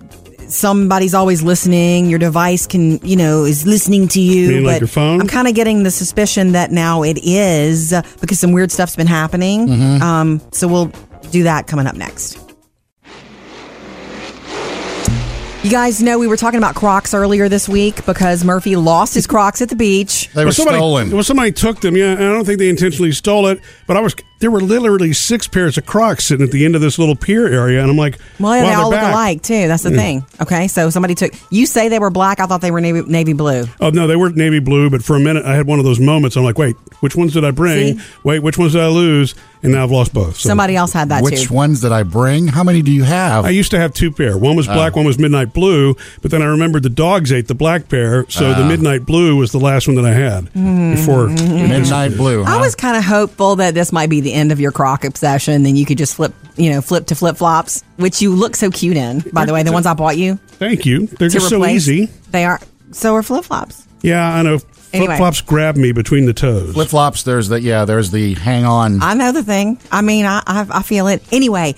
Speaker 3: somebody's always listening, your device can, you know, is listening to you.
Speaker 2: Meaning like your phone?
Speaker 3: I'm kind of getting the suspicion that now it is uh, because some weird stuff's been happening.
Speaker 2: Mhm.
Speaker 3: Um, so we'll do that coming up next. You guys know we were talking about Crocs earlier this week because Murphy lost his Crocs at the beach.
Speaker 4: They were
Speaker 2: somebody,
Speaker 4: stolen.
Speaker 2: Well, somebody took them. Yeah, and I don't think they intentionally stole it. But I was there were literally six pairs of Crocs sitting at the end of this little pier area, and I'm like,
Speaker 3: Well,
Speaker 2: wow,
Speaker 3: they
Speaker 2: they're
Speaker 3: all look
Speaker 2: back. Mm.
Speaker 3: alike too. That's the
Speaker 2: Yeah.
Speaker 3: thing. Okay, so somebody took. You say they were black. I thought they were navy navy blue.
Speaker 2: Oh no, they were navy blue. But for a minute, I had one of those moments. I'm like, wait, which ones did I bring? Wait, which ones did I lose? And now I've lost both. So
Speaker 3: somebody else had that
Speaker 4: Which
Speaker 3: too.
Speaker 4: ones did I bring? How many do you have?
Speaker 2: I used to have two pair. One was black,
Speaker 4: Oh.
Speaker 2: one was midnight blue. But then I remembered the dogs ate the black pair, so the
Speaker 3: Oh.
Speaker 4: Ah.
Speaker 2: midnight blue was the last one that I had
Speaker 3: Mm.
Speaker 2: before
Speaker 4: Mm-hmm. Midnight blue.
Speaker 3: I was kind of hopeful that this might be the end of your croc obsession. Then you could just flip, you know, flip to flip flops, which you look so cute in. By the way, the ones I bought you
Speaker 2: Thank you. They're
Speaker 3: to
Speaker 2: just so
Speaker 3: replace,
Speaker 2: easy.
Speaker 3: They are. So are flip flops.
Speaker 2: Yeah, I know. Flip
Speaker 3: Anyway.
Speaker 2: flops grab me between the toes.
Speaker 4: Flip flops. There's the yeah. There's the hang on.
Speaker 3: I know the thing. I mean, I, I I feel it. Anyway,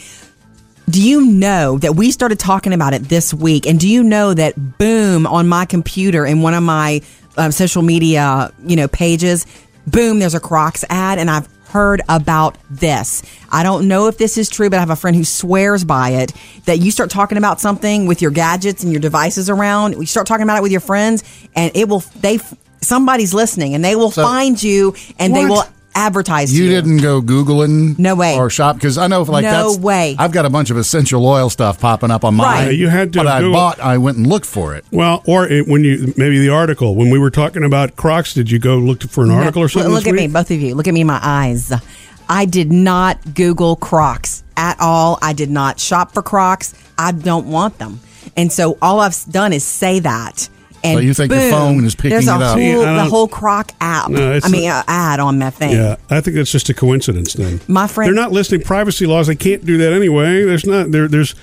Speaker 3: do you know that we started talking about it this week? And do you know that boom on my computer in one of my um, social media you know pages, boom, there's a Crocs ad, and I've heard about this. I don't know if this is true, but I have a friend who swears by it that you start talking about something with your gadgets and your devices around, you start talking about it with your friends and it will they somebody's listening and they will
Speaker 4: So-
Speaker 3: find you and they will
Speaker 4: What?
Speaker 3: advertise to
Speaker 4: You didn't go googling?
Speaker 3: No way.
Speaker 4: Or shop because I know like
Speaker 3: No
Speaker 4: that's
Speaker 3: way.
Speaker 4: I've got a bunch of essential oil stuff popping up on mine.
Speaker 2: Right. You had to
Speaker 4: But I
Speaker 2: Google-
Speaker 4: bought. I went and looked for it.
Speaker 2: Well, or it, when you maybe the article when we were talking about Crocs, did you go look for an article or
Speaker 3: Look-
Speaker 2: something?
Speaker 3: Look
Speaker 2: this
Speaker 3: at
Speaker 2: week?
Speaker 3: me, both of you. Look at me in my eyes. I did not Google Crocs at all. I did not shop for Crocs. I don't want them. And so all I've s- done is say that. And
Speaker 4: So you think your
Speaker 3: boom,
Speaker 4: phone is picking
Speaker 3: there's a
Speaker 4: it up.
Speaker 2: See, I
Speaker 3: Whole, the
Speaker 2: don't-
Speaker 3: whole Croc app.
Speaker 2: No, it's
Speaker 3: I mean,
Speaker 2: not-
Speaker 3: uh, ad on that thing.
Speaker 2: Yeah, I think that's just a coincidence. Then
Speaker 3: Oh. My friend-
Speaker 2: they're not listening. Privacy laws, they can't do that anyway. There's not there. There's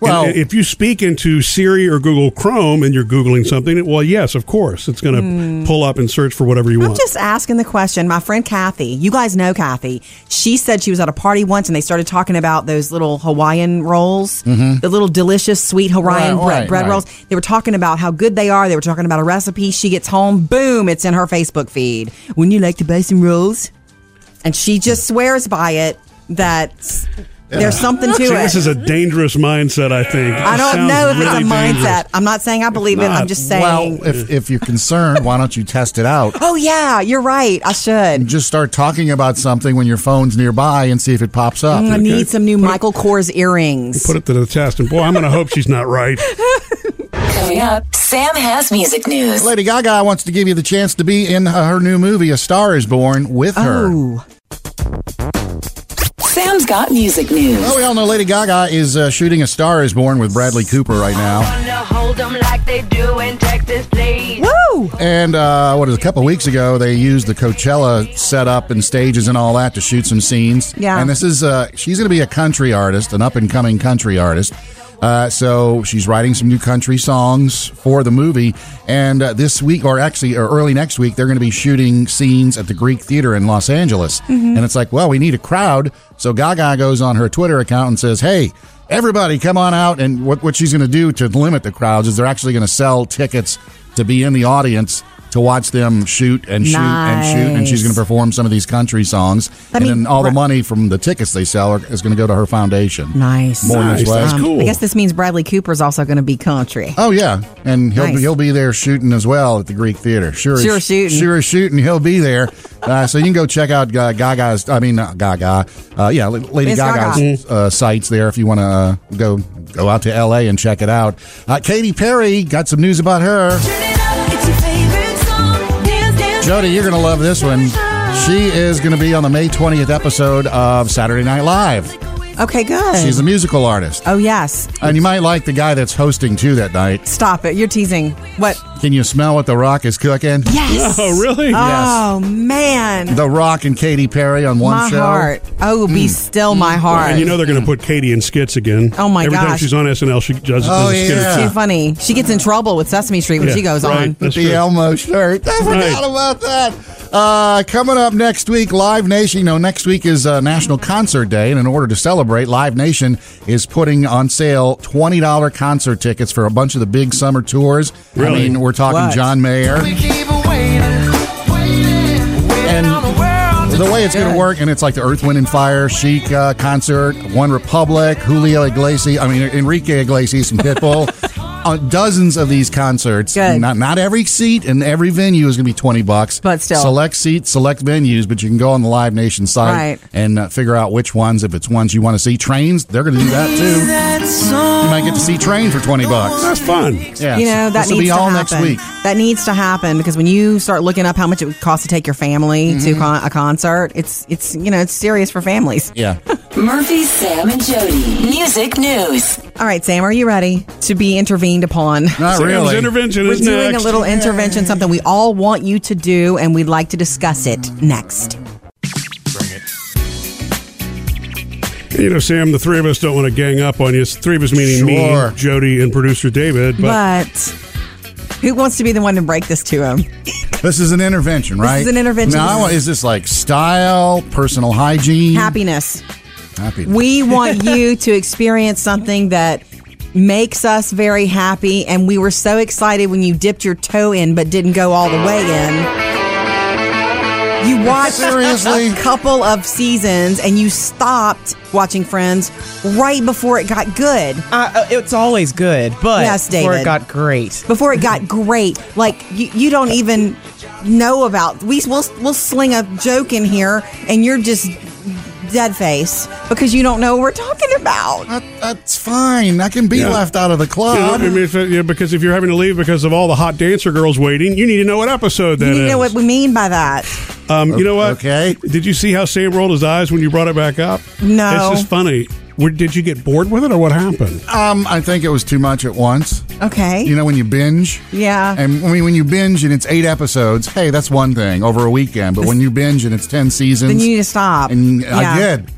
Speaker 4: Well-
Speaker 2: and- and if you speak into Siri or Google Chrome and you're googling something, well, yes, of course, it's going to pull up and search for whatever you
Speaker 3: I'm
Speaker 2: want.
Speaker 3: Hmm. just asking the question. My friend Kathy, you guys know Kathy. She said she was at a party once and they started talking about those little Hawaiian rolls,
Speaker 2: Mm-hmm.
Speaker 3: the little delicious sweet Hawaiian
Speaker 4: Right,
Speaker 3: bread,
Speaker 4: right,
Speaker 3: bread
Speaker 4: right.
Speaker 3: rolls. They were talking about how good they are. They were talking about a recipe. She gets home, boom, it's in her Facebook feed. Wouldn't you like to buy some rolls? And she just swears by it that there's something to
Speaker 2: See,
Speaker 3: it.
Speaker 2: this is a dangerous mindset. I think.
Speaker 3: I
Speaker 2: It
Speaker 3: don't
Speaker 2: sounds
Speaker 3: know if it's a
Speaker 2: really
Speaker 3: mindset.
Speaker 2: dangerous.
Speaker 3: I'm not saying I believe it. I'm
Speaker 2: not.
Speaker 3: just saying.
Speaker 4: Well, if if you're concerned, why don't you test it out?
Speaker 3: oh yeah, you're right. I should.
Speaker 4: Just start talking about something when your phone's nearby and see if it pops up.
Speaker 3: Mm, I need some new Michael Kors earrings.
Speaker 2: Put it to the test, and boy, I'm going to hope she's not right.
Speaker 6: Coming up, Sam has music news.
Speaker 4: Lady Gaga wants to give you the chance to be in her new movie, A Star Is Born, with her.
Speaker 3: Oh.
Speaker 6: Sam's got music news.
Speaker 4: Well, Oh, we all know Lady Gaga is uh, shooting A Star Is Born with Bradley Cooper right now.
Speaker 3: Woo!
Speaker 4: And uh, what is it, a couple weeks ago, they used the Coachella setup and stages and all that to shoot some scenes.
Speaker 3: Yeah.
Speaker 4: And this is uh, she's going to be a country artist, an up and coming country artist. Uh, so she's writing some new country songs for the movie. And uh, this week, or actually or early next week, they're going to be shooting scenes at the Greek Theater in Los Angeles.
Speaker 15: Mhm.
Speaker 4: And it's like, well, we need a crowd. So Gaga goes on her Twitter account and says, hey, everybody come on out. And what, what she's going to do to limit the crowds is they're actually going to sell tickets to be in the audience to watch them shoot and shoot and shoot. And
Speaker 3: Nice.
Speaker 4: she's going to perform some of these country songs.
Speaker 3: I
Speaker 4: and
Speaker 3: mean,
Speaker 4: then all the
Speaker 3: right.
Speaker 4: money from the tickets they sell are, is going to go to her foundation.
Speaker 3: Nice.
Speaker 4: Born This Way.
Speaker 3: Um, I guess this means Bradley Cooper's also going to be country.
Speaker 4: Oh yeah, and he'll
Speaker 3: Nice.
Speaker 4: he'll be there shooting as well at the Greek Theater. Sure, as-
Speaker 3: Sure shooting.
Speaker 4: sure as shooting. He'll be there, uh, so you can go check out uh, Gaga's. I mean, not Gaga. Uh, yeah, La- Lady
Speaker 15: Miss Gaga.
Speaker 4: Gaga's Uh, sites there if you want to uh, go go out to L.A. and check it out. Uh, Katy Perry got some news about her. Jody, you're gonna love this one. She is gonna be on the May 20th episode of Saturday Night Live.
Speaker 3: Okay, good.
Speaker 4: She's a musical artist,
Speaker 3: oh, yes.
Speaker 4: and you might like the guy that's hosting too that night.
Speaker 3: Stop it. You're teasing. What?
Speaker 4: Can you smell what The Rock is cooking?
Speaker 3: Yes. Oh, man.
Speaker 4: The Rock and Katy Perry on one
Speaker 3: my
Speaker 4: show.
Speaker 3: heart. Oh, be
Speaker 4: Mm.
Speaker 3: still my heart.
Speaker 2: And you know they're going to put Katie in skits again.
Speaker 3: Oh, my
Speaker 2: Every time
Speaker 3: gosh.
Speaker 2: she's on SNL, she does, does a skit.
Speaker 3: She's too funny. She gets in trouble with Sesame Street when
Speaker 2: Yeah,
Speaker 3: she goes
Speaker 2: right.
Speaker 3: on.
Speaker 2: That's The true.
Speaker 4: Elmo shirt. I forgot
Speaker 2: Right.
Speaker 4: about that. Uh, coming up next week, Live Nation. You know, next week is uh, National Concert Day, and in order to celebrate, Live Nation is putting on sale twenty dollar concert tickets for a bunch of the big summer tours. I
Speaker 15: Really?
Speaker 4: mean, we're talking
Speaker 15: What?
Speaker 4: John Mayer. And the way it's going to work, and it's like the Earth, Wind, and Fire, Chic uh, concert, One Republic, Julio Iglesias, I mean, Enrique Iglesias and Pitbull. Uh, dozens of these concerts. Not not every seat and every venue is going to be 20 bucks. But
Speaker 3: still.
Speaker 4: Select seats, select venues, but you can go on the Live Nation site
Speaker 3: Right.
Speaker 4: and uh, figure out which ones, if it's ones you want to see. Trains, they're going to do that too. You might get to see Train for 20 bucks. That's
Speaker 2: fun.
Speaker 4: Yeah.
Speaker 3: you know that
Speaker 4: this will
Speaker 3: needs
Speaker 4: be all
Speaker 3: to
Speaker 4: next
Speaker 3: happen.
Speaker 4: week.
Speaker 3: That needs to happen because when you start looking up how much it would cost to take your family to
Speaker 4: Mm-hmm.
Speaker 6: Mhm.
Speaker 3: con- a concert, it's it's you know it's serious for families.
Speaker 4: Yeah.
Speaker 6: Murphy, Sam, and Jody. Music news.
Speaker 3: All right, Sam, are you ready to be intervened upon?
Speaker 2: Sam's really. intervention
Speaker 3: We're
Speaker 2: is
Speaker 3: doing
Speaker 2: next.
Speaker 3: a little intervention, something we all want you to do, and we'd like to discuss it next.
Speaker 2: You know, Sam, the three of us don't want to gang up on you. It's three of us meaning
Speaker 3: Sure.
Speaker 2: me, Jody, and producer David. But,
Speaker 3: But who wants to be the one to break this to him?
Speaker 4: This is an intervention,
Speaker 3: This
Speaker 4: right?
Speaker 3: is an intervention.
Speaker 4: Now, I want- is this like style, personal hygiene,
Speaker 3: Happiness.
Speaker 4: happy?
Speaker 3: We want you to experience something that makes us very happy. And we were so excited when you dipped your toe in but didn't go all the way in. You watched
Speaker 4: Seriously?
Speaker 3: a couple of seasons and you stopped watching Friends right before it got good.
Speaker 5: Uh, it's always good, but
Speaker 3: Yes,
Speaker 5: before
Speaker 3: David.
Speaker 5: it got great.
Speaker 3: Before it got great, like you, you don't even know about. We we'll we'll sling a joke in here, and you're just dead face because you don't know what we're talking about.
Speaker 4: that's fine. I can be
Speaker 2: Yeah.
Speaker 4: left out of the
Speaker 2: You know, I
Speaker 3: um,
Speaker 4: club.
Speaker 2: mean, if, yeah, because if you're having to leave because of all the hot dancer girls waiting, you need to know what episode that
Speaker 3: You
Speaker 2: is.
Speaker 3: need to know what we mean by that.
Speaker 2: Um, you know what? Okay. Did you see how Sam rolled his eyes when you brought it back up?
Speaker 3: No.
Speaker 2: It's just funny. Where, did you get bored with it, or what happened?
Speaker 4: Um, I think it was too much at once.
Speaker 3: Okay.
Speaker 4: You know when you binge,
Speaker 3: Yeah.
Speaker 4: and I mean when you binge and it's eight episodes. Hey, that's one thing over a weekend. But when you binge and it's ten seasons,
Speaker 3: Then you need to stop.
Speaker 4: And
Speaker 3: Yeah.
Speaker 4: I did.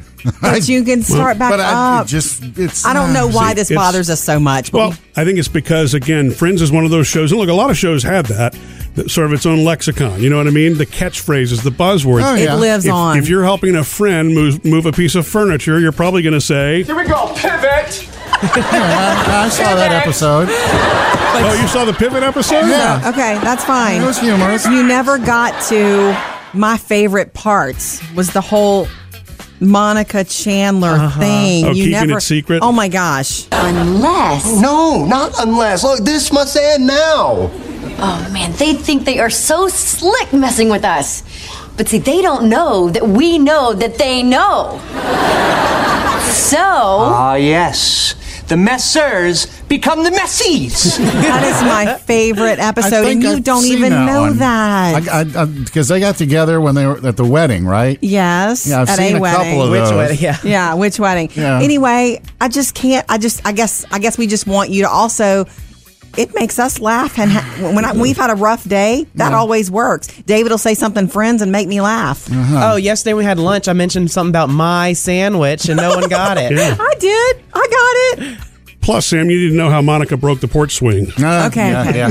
Speaker 3: But you can start back
Speaker 4: but I,
Speaker 3: up.
Speaker 4: it just it's.
Speaker 3: I don't know why this
Speaker 2: It's-
Speaker 3: bothers us so much. But
Speaker 2: Well, I think it's because again, Friends is one of those shows, and look, a lot of shows have that, that sort of its own lexicon. You know what I mean? The catchphrases, the buzzwords.
Speaker 3: Oh, It yeah. lives
Speaker 2: If-
Speaker 3: on.
Speaker 2: If you're helping a friend move move a piece of furniture, you're probably going to say,
Speaker 15: Here we go, pivot.
Speaker 4: I saw that episode.
Speaker 2: "Oh, you saw the pivot episode?
Speaker 3: Okay, that's fine.
Speaker 4: It was humorous.
Speaker 3: You never got to my favorite parts was the whole Monica Chandler
Speaker 4: Uh-huh.
Speaker 3: thing.
Speaker 2: Oh,
Speaker 3: you
Speaker 2: keeping
Speaker 3: never
Speaker 2: it secret?
Speaker 3: Oh my gosh.
Speaker 16: Unless. No, not unless. Look, this must end now. Oh, man, they think they are so slick messing with us. But see, they don't know that we know that they know. so.
Speaker 17: Ah, yes. The messers become the messies.
Speaker 3: That is my favorite episode, and
Speaker 4: think
Speaker 3: you
Speaker 4: I've
Speaker 3: don't
Speaker 4: seen
Speaker 3: even
Speaker 4: that
Speaker 3: know
Speaker 4: one.
Speaker 3: that.
Speaker 4: Because they got together when they were at the wedding, right?
Speaker 3: Yes,
Speaker 4: Yeah, I've
Speaker 3: at
Speaker 4: seen
Speaker 3: a
Speaker 4: a
Speaker 3: wedding.
Speaker 4: couple of Which those. wedding?
Speaker 5: Yeah.
Speaker 3: yeah, which wedding?
Speaker 4: Yeah.
Speaker 3: Anyway, I just can't. I just, I guess, I guess we just want you to also. It makes us laugh, and ha- when I, we've had a rough day, that always works. David will say something, friends, and make me laugh.
Speaker 4: Uh-huh.
Speaker 5: Oh, yesterday we had lunch. I mentioned something about my sandwich, and no one got it.
Speaker 3: I did. I got it.
Speaker 2: Plus, Sam, you didn't know how Monica broke the porch swing.
Speaker 3: Okay, Uh, yeah, okay, yeah,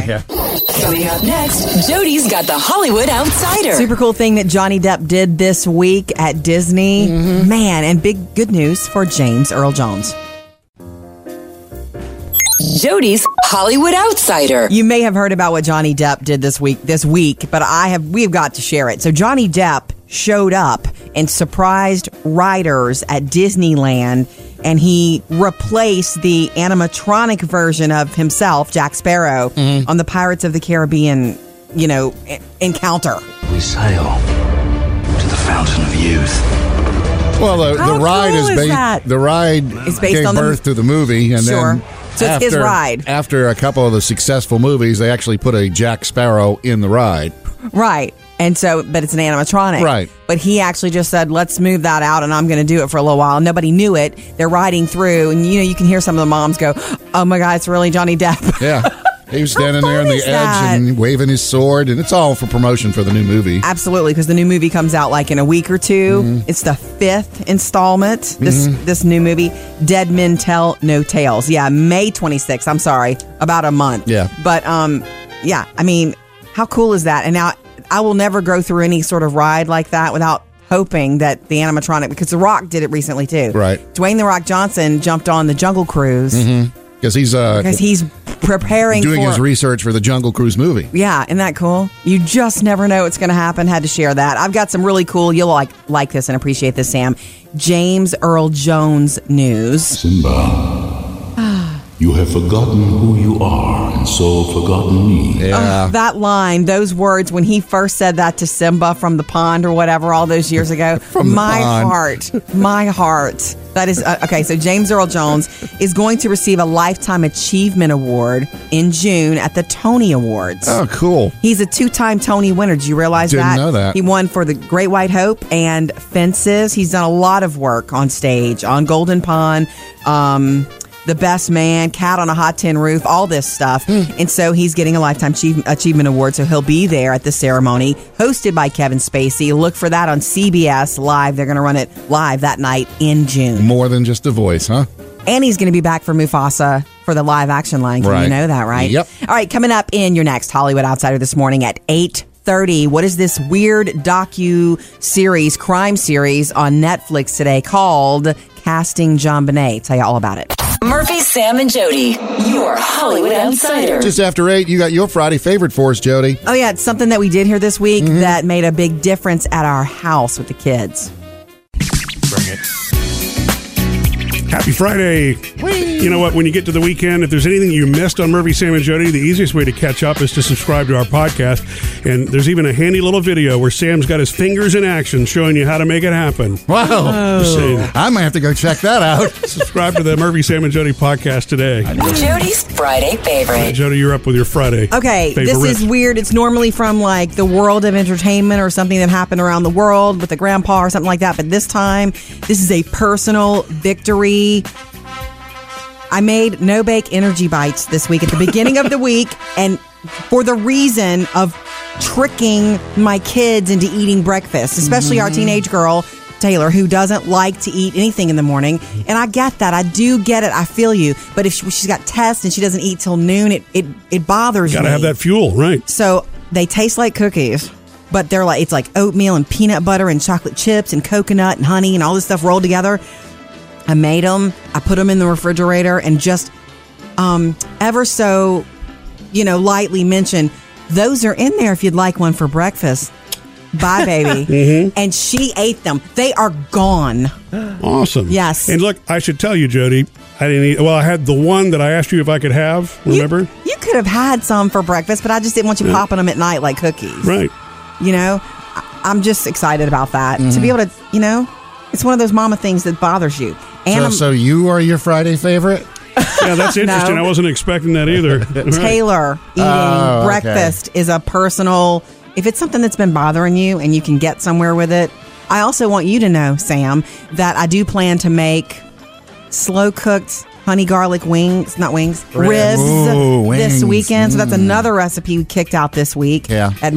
Speaker 3: okay.
Speaker 6: Coming up next, Jody's got the Hollywood Outsider.
Speaker 3: Super cool thing that Johnny Depp did this week at Disney. Man, and big good news for James Earl Jones.
Speaker 6: Jody's Hollywood Outsider.
Speaker 3: You may have heard about what Johnny Depp did this week this week, but I have we've got to share it. So Johnny Depp showed up and surprised riders at Disneyland and he replaced the animatronic version of himself, Jack Sparrow, on the Pirates of the Caribbean, you know, e- encounter.
Speaker 9: We sail to the fountain of youth.
Speaker 4: Well, the,
Speaker 3: How
Speaker 4: the ride
Speaker 3: cool
Speaker 4: is,
Speaker 3: is
Speaker 4: based.
Speaker 3: that?
Speaker 4: The ride
Speaker 3: It's based
Speaker 4: gave
Speaker 3: on the-
Speaker 4: birth to the movie, and
Speaker 3: Sure.
Speaker 4: then
Speaker 3: So it's his ride.
Speaker 4: After a couple of the successful movies, they actually put a Jack Sparrow in the ride.
Speaker 3: Right. And so, but it's an animatronic.
Speaker 4: Right.
Speaker 3: But he actually just said, let's move that out and I'm going to do it for a little while. Nobody knew it. They're riding through and, you know, you can hear some of the moms go, oh my God, it's really Johnny Depp.
Speaker 4: Yeah, he was standing there on
Speaker 3: fun
Speaker 4: the
Speaker 3: is
Speaker 4: edge and waving his sword, and it's all for promotion for the new movie.
Speaker 3: Absolutely, because the new movie comes out like in a week or 2
Speaker 4: Mm-hmm.
Speaker 3: It's the fifth installment. This
Speaker 4: Mhm.
Speaker 3: this new movie, Dead Men Tell No Tales. Yeah, May 26th. I'm sorry, about a month.
Speaker 4: Yeah.
Speaker 3: but um, yeah. I mean, how cool is that? And now I will never go through any sort of ride like that without hoping that the animatronic, because The Rock did it recently too.
Speaker 4: Right.
Speaker 3: Dwayne The Rock Johnson jumped on the Jungle Cruise because
Speaker 4: Because he's uh,
Speaker 3: he's preparing
Speaker 4: doing
Speaker 3: for
Speaker 4: his research for the Jungle Cruise movie.
Speaker 3: yeah, isn't that cool? You just never know what's going to happen. Had to share that. I've got some really cool. You'll like like this and appreciate this, Sam. James Earl Jones news.
Speaker 15: Simba, you have forgotten who you are and so forgotten me.
Speaker 4: uh,
Speaker 3: Ugh, that line, those words, when he first said that to Simba from the pond or whatever all those years ago,
Speaker 15: the
Speaker 3: my
Speaker 15: pond.
Speaker 3: heart, my heart. That is uh, okay. So James Earl Jones is going to receive a lifetime achievement award in June at the Tony Awards.
Speaker 4: Oh, cool.
Speaker 3: He's a two-time Tony winner. Did you realize
Speaker 4: Didn't
Speaker 3: that?
Speaker 4: know that.
Speaker 3: He won for The Great White Hope and Fences. He's done a lot of work on stage, on Golden Pond, um, The Best Man, Cat on a Hot Tin Roof, all this stuff. and so he's getting a Lifetime Achieve- Achievement Award. So he'll be there at the ceremony hosted by Kevin Spacey. Look for that on CBS Live. They're going to run it live that night in June.
Speaker 4: More than just a voice, huh?
Speaker 3: And he's going to be back for Mufasa for the live action Lion King.
Speaker 4: Right.
Speaker 3: You know that, right?
Speaker 4: Yep.
Speaker 3: All right, coming up in your next Hollywood Outsider this morning at eight thirty. What is this weird docu series, crime series on Netflix today called Casting John Bonet? Tell you all about it.
Speaker 6: Murphy, Sam, and Jody, your Hollywood Outsider.
Speaker 4: Just after eight, you got your Friday favorite for us, Jody.
Speaker 3: Oh yeah, it's something that we did here this week
Speaker 4: Mm-hmm.
Speaker 3: that made a big difference at our house with the kids.
Speaker 2: Bring it. Happy Friday. You know what? When you get to the weekend, if there's anything you missed on Murphy, Sam, and Jody, the easiest way to catch up is to subscribe to our podcast. And there's even a handy little video where Sam's got his fingers in action showing you how to make it happen.
Speaker 3: Oh.
Speaker 4: Wow.
Speaker 2: Just saying.
Speaker 4: I might have to go check that out.
Speaker 2: subscribe to the Murphy, Sam, and Jody podcast today. Uh,
Speaker 6: Jody's Friday favorite.
Speaker 2: Jody, you're up with your Friday.
Speaker 3: Okay,
Speaker 2: favorite.
Speaker 3: this is weird. It's normally from like the world of entertainment or something that happened around the world with a grandpa or something like that. But this time, this is a personal victory. I made no bake energy bites this week at the beginning of the week, and for the reason of tricking my kids into eating breakfast, especially our
Speaker 2: Mm-hmm.
Speaker 18: Mhm.
Speaker 3: teenage girl. Taylor, who doesn't like to eat anything in the morning, and I get that. I do get it. I feel you. But if she, she's got tests and she doesn't eat till noon, it it, it bothers
Speaker 2: Gotta
Speaker 3: me.
Speaker 2: have that fuel, right?
Speaker 3: So they taste like cookies, but they're like it's like oatmeal and peanut butter and chocolate chips and coconut and honey and all this stuff rolled together. I made them. I put them in the refrigerator and just um, ever so, you know, lightly mention those are in there if you'd like one for breakfast. Bye, baby.
Speaker 2: Mm-hmm.
Speaker 3: And she ate them. They are gone.
Speaker 2: Awesome.
Speaker 3: Yes.
Speaker 2: And look, I should tell you, Jody, I didn't eat. Well, I had the one that I asked you if I could have. Remember?
Speaker 3: You could have had some for breakfast, but I just didn't want you
Speaker 2: Yeah.
Speaker 3: popping them at night like cookies.
Speaker 2: Right.
Speaker 3: You know, I- I'm just excited about that to
Speaker 4: Mhm.
Speaker 3: be able to, you know, it's one of those mama things that bothers you. And
Speaker 4: So,
Speaker 3: I'm-
Speaker 4: so you are your Friday favorite?
Speaker 2: Yeah, that's
Speaker 3: No.
Speaker 2: interesting. I wasn't expecting that either. All right.
Speaker 3: Taylor eating
Speaker 4: Oh, okay.
Speaker 3: breakfast is a personal. If it's something that's been bothering you and you can get somewhere with it, I also want you to know, Sam, that I do plan to make slow cooked honey garlic wings, not wings,
Speaker 4: Ribs.
Speaker 3: ribs
Speaker 4: Ooh,
Speaker 3: this
Speaker 4: wings.
Speaker 3: weekend. So that's
Speaker 4: Mm.
Speaker 3: another recipe we kicked out this week
Speaker 2: Yeah.
Speaker 3: at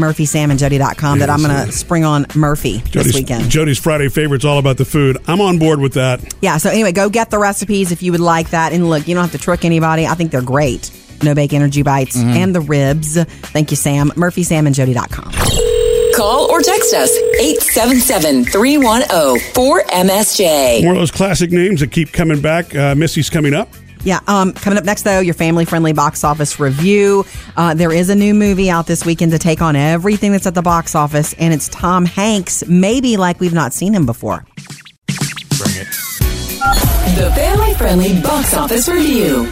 Speaker 3: murphysamandjody.com that I'm
Speaker 2: Yes.
Speaker 3: going to spring on Murphy this
Speaker 2: Jody's,
Speaker 3: weekend.
Speaker 2: Jody's Friday favorite's all about the food. I'm on board with that.
Speaker 3: Yeah, so anyway, go get the recipes if you would like that. And look, you don't have to trick anybody. I think they're great. No bake energy bites
Speaker 6: Mhm.
Speaker 3: and the ribs. Thank you, Sam. MurphySamandJody.com.
Speaker 6: Call or text us 877 310 4MSJ.
Speaker 2: More of those classic names that keep coming back. Uh, Missy's coming up.
Speaker 3: Yeah. Um, coming up next, though, your family friendly box office review. Uh, there is a new movie out this weekend to take on everything that's at the box office, and it's Tom Hanks, maybe like we've not seen him before.
Speaker 6: The family friendly box office review.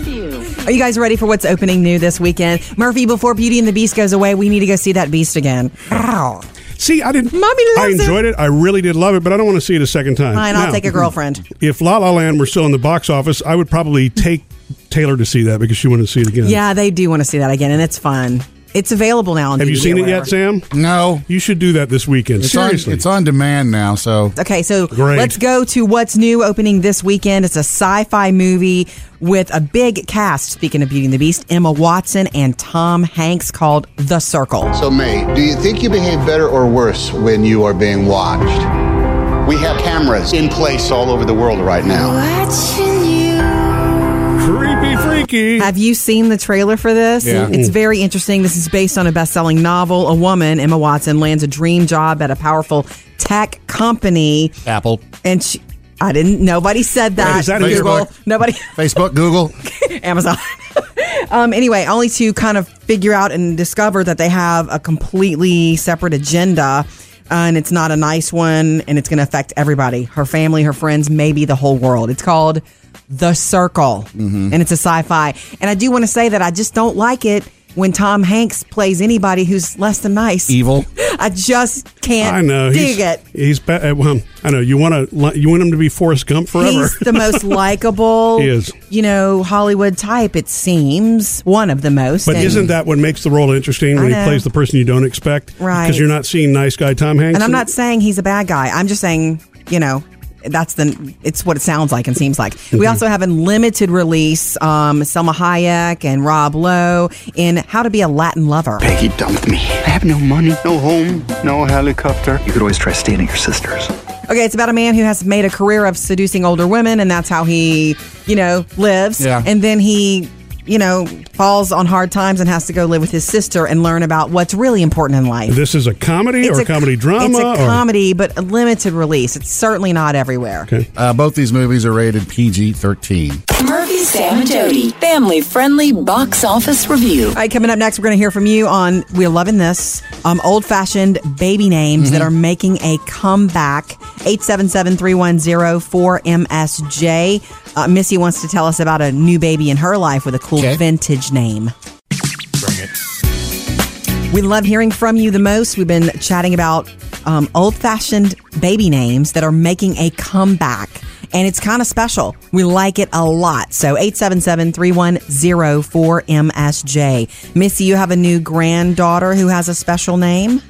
Speaker 3: Are you guys ready for what's opening new this weekend? Murphy, before Beauty and the Beast goes away, we need to go see that beast again. Wow.
Speaker 2: See, I didn't.
Speaker 3: Mommy loves
Speaker 2: I enjoyed it. I really did love it, but I don't want to see it a second time.
Speaker 3: Fine, I'll
Speaker 2: Now,
Speaker 3: take a girlfriend.
Speaker 2: If La La Land were still in the box office, I would probably take Taylor to see that because she wanted to see it again.
Speaker 3: Yeah, they do want to see that again, and it's fun. It's available now. On
Speaker 2: Have you
Speaker 3: DVD
Speaker 2: seen
Speaker 3: or
Speaker 2: it yet,
Speaker 3: whatever.
Speaker 2: Sam?
Speaker 4: No.
Speaker 2: You should do that this weekend.
Speaker 4: It's on,
Speaker 2: Seriously.
Speaker 4: it's on demand now, so
Speaker 3: Okay, so
Speaker 4: Great.
Speaker 3: let's go to what's new opening this weekend. It's a sci-fi movie with a big cast. Speaking of Beauty and the Beast, Emma Watson and Tom Hanks called The Circle.
Speaker 7: So, May, do you think you behave better or worse when you are being watched? We have cameras in place all over the world right now.
Speaker 2: Creepy freaky.
Speaker 3: Have you seen the trailer for this?
Speaker 7: Yeah.
Speaker 3: It's very interesting. This is based on a best-selling novel. A woman, Emma Watson, lands a dream job at a powerful tech company.
Speaker 4: Apple.
Speaker 3: And she I didn't nobody said that.
Speaker 4: Right, is that in
Speaker 3: Google.
Speaker 4: your book?
Speaker 3: Nobody
Speaker 4: Facebook, Google.
Speaker 3: Amazon. um, anyway, only to kind of figure out and discover that they have a completely separate agenda. uh, and it's not a nice one, and it's going to affect everybody her family, her friends, maybe the whole world. It's called The Circle,
Speaker 18: Mhm.
Speaker 2: Mm-hmm.
Speaker 3: and it's a sci fi. And I do want to say that I just don't like it when Tom Hanks plays anybody who's less than nice.
Speaker 4: Evil.
Speaker 3: I just can't
Speaker 2: E- I know.
Speaker 3: dig
Speaker 2: he's,
Speaker 3: it.
Speaker 2: He's bad. Well, I know you want to. You want him to be Forrest Gump forever.
Speaker 3: He's the most likable,
Speaker 2: He is.
Speaker 3: you know, Hollywood type, it seems. One of the most.
Speaker 2: But
Speaker 3: and-
Speaker 2: isn't that what makes the role interesting
Speaker 3: I
Speaker 2: when
Speaker 3: know.
Speaker 2: he plays the person you don't expect?
Speaker 3: Right.
Speaker 2: Because you're not seeing nice guy Tom Hanks.
Speaker 3: And I'm not saying he's a bad guy. I'm just saying, you know, that's the it's what it sounds like and seems like.
Speaker 2: Mm-hmm.
Speaker 3: We also have in limited release um, Selma Hayek and Rob Lowe in How to Be a Latin Lover.
Speaker 9: Peggy dumped me. I have no money, no home, no helicopter. You could always try stealing your sister's.
Speaker 3: Okay, it's about a man who has made a career of seducing older women, and that's how he, you know, lives.
Speaker 9: Yeah.
Speaker 3: And then he, you know, falls on hard times and has to go live with his sister and learn about what's really important in life.
Speaker 2: This is a comedy or a comedy drama.
Speaker 3: It's a
Speaker 2: or-
Speaker 3: comedy, but a limited release. It's certainly not everywhere.
Speaker 4: Uh, both these movies are rated PG 13.
Speaker 6: Murphy, Sam, and Jody. Family friendly box office review.
Speaker 3: All right, coming up next, we're going to hear from you on We're Loving This, um, old fashioned baby names that are making a comeback. 877 310 4MSJ. Uh, Missy wants to tell us about a new baby in her life with a cool vintage name. We love hearing from you the most. We've been chatting about um, old fashioned baby names that are making a comeback. And it's kind of special. We like it a lot. So 877 310 4MSJ. Missy, you have a new granddaughter who has a special name.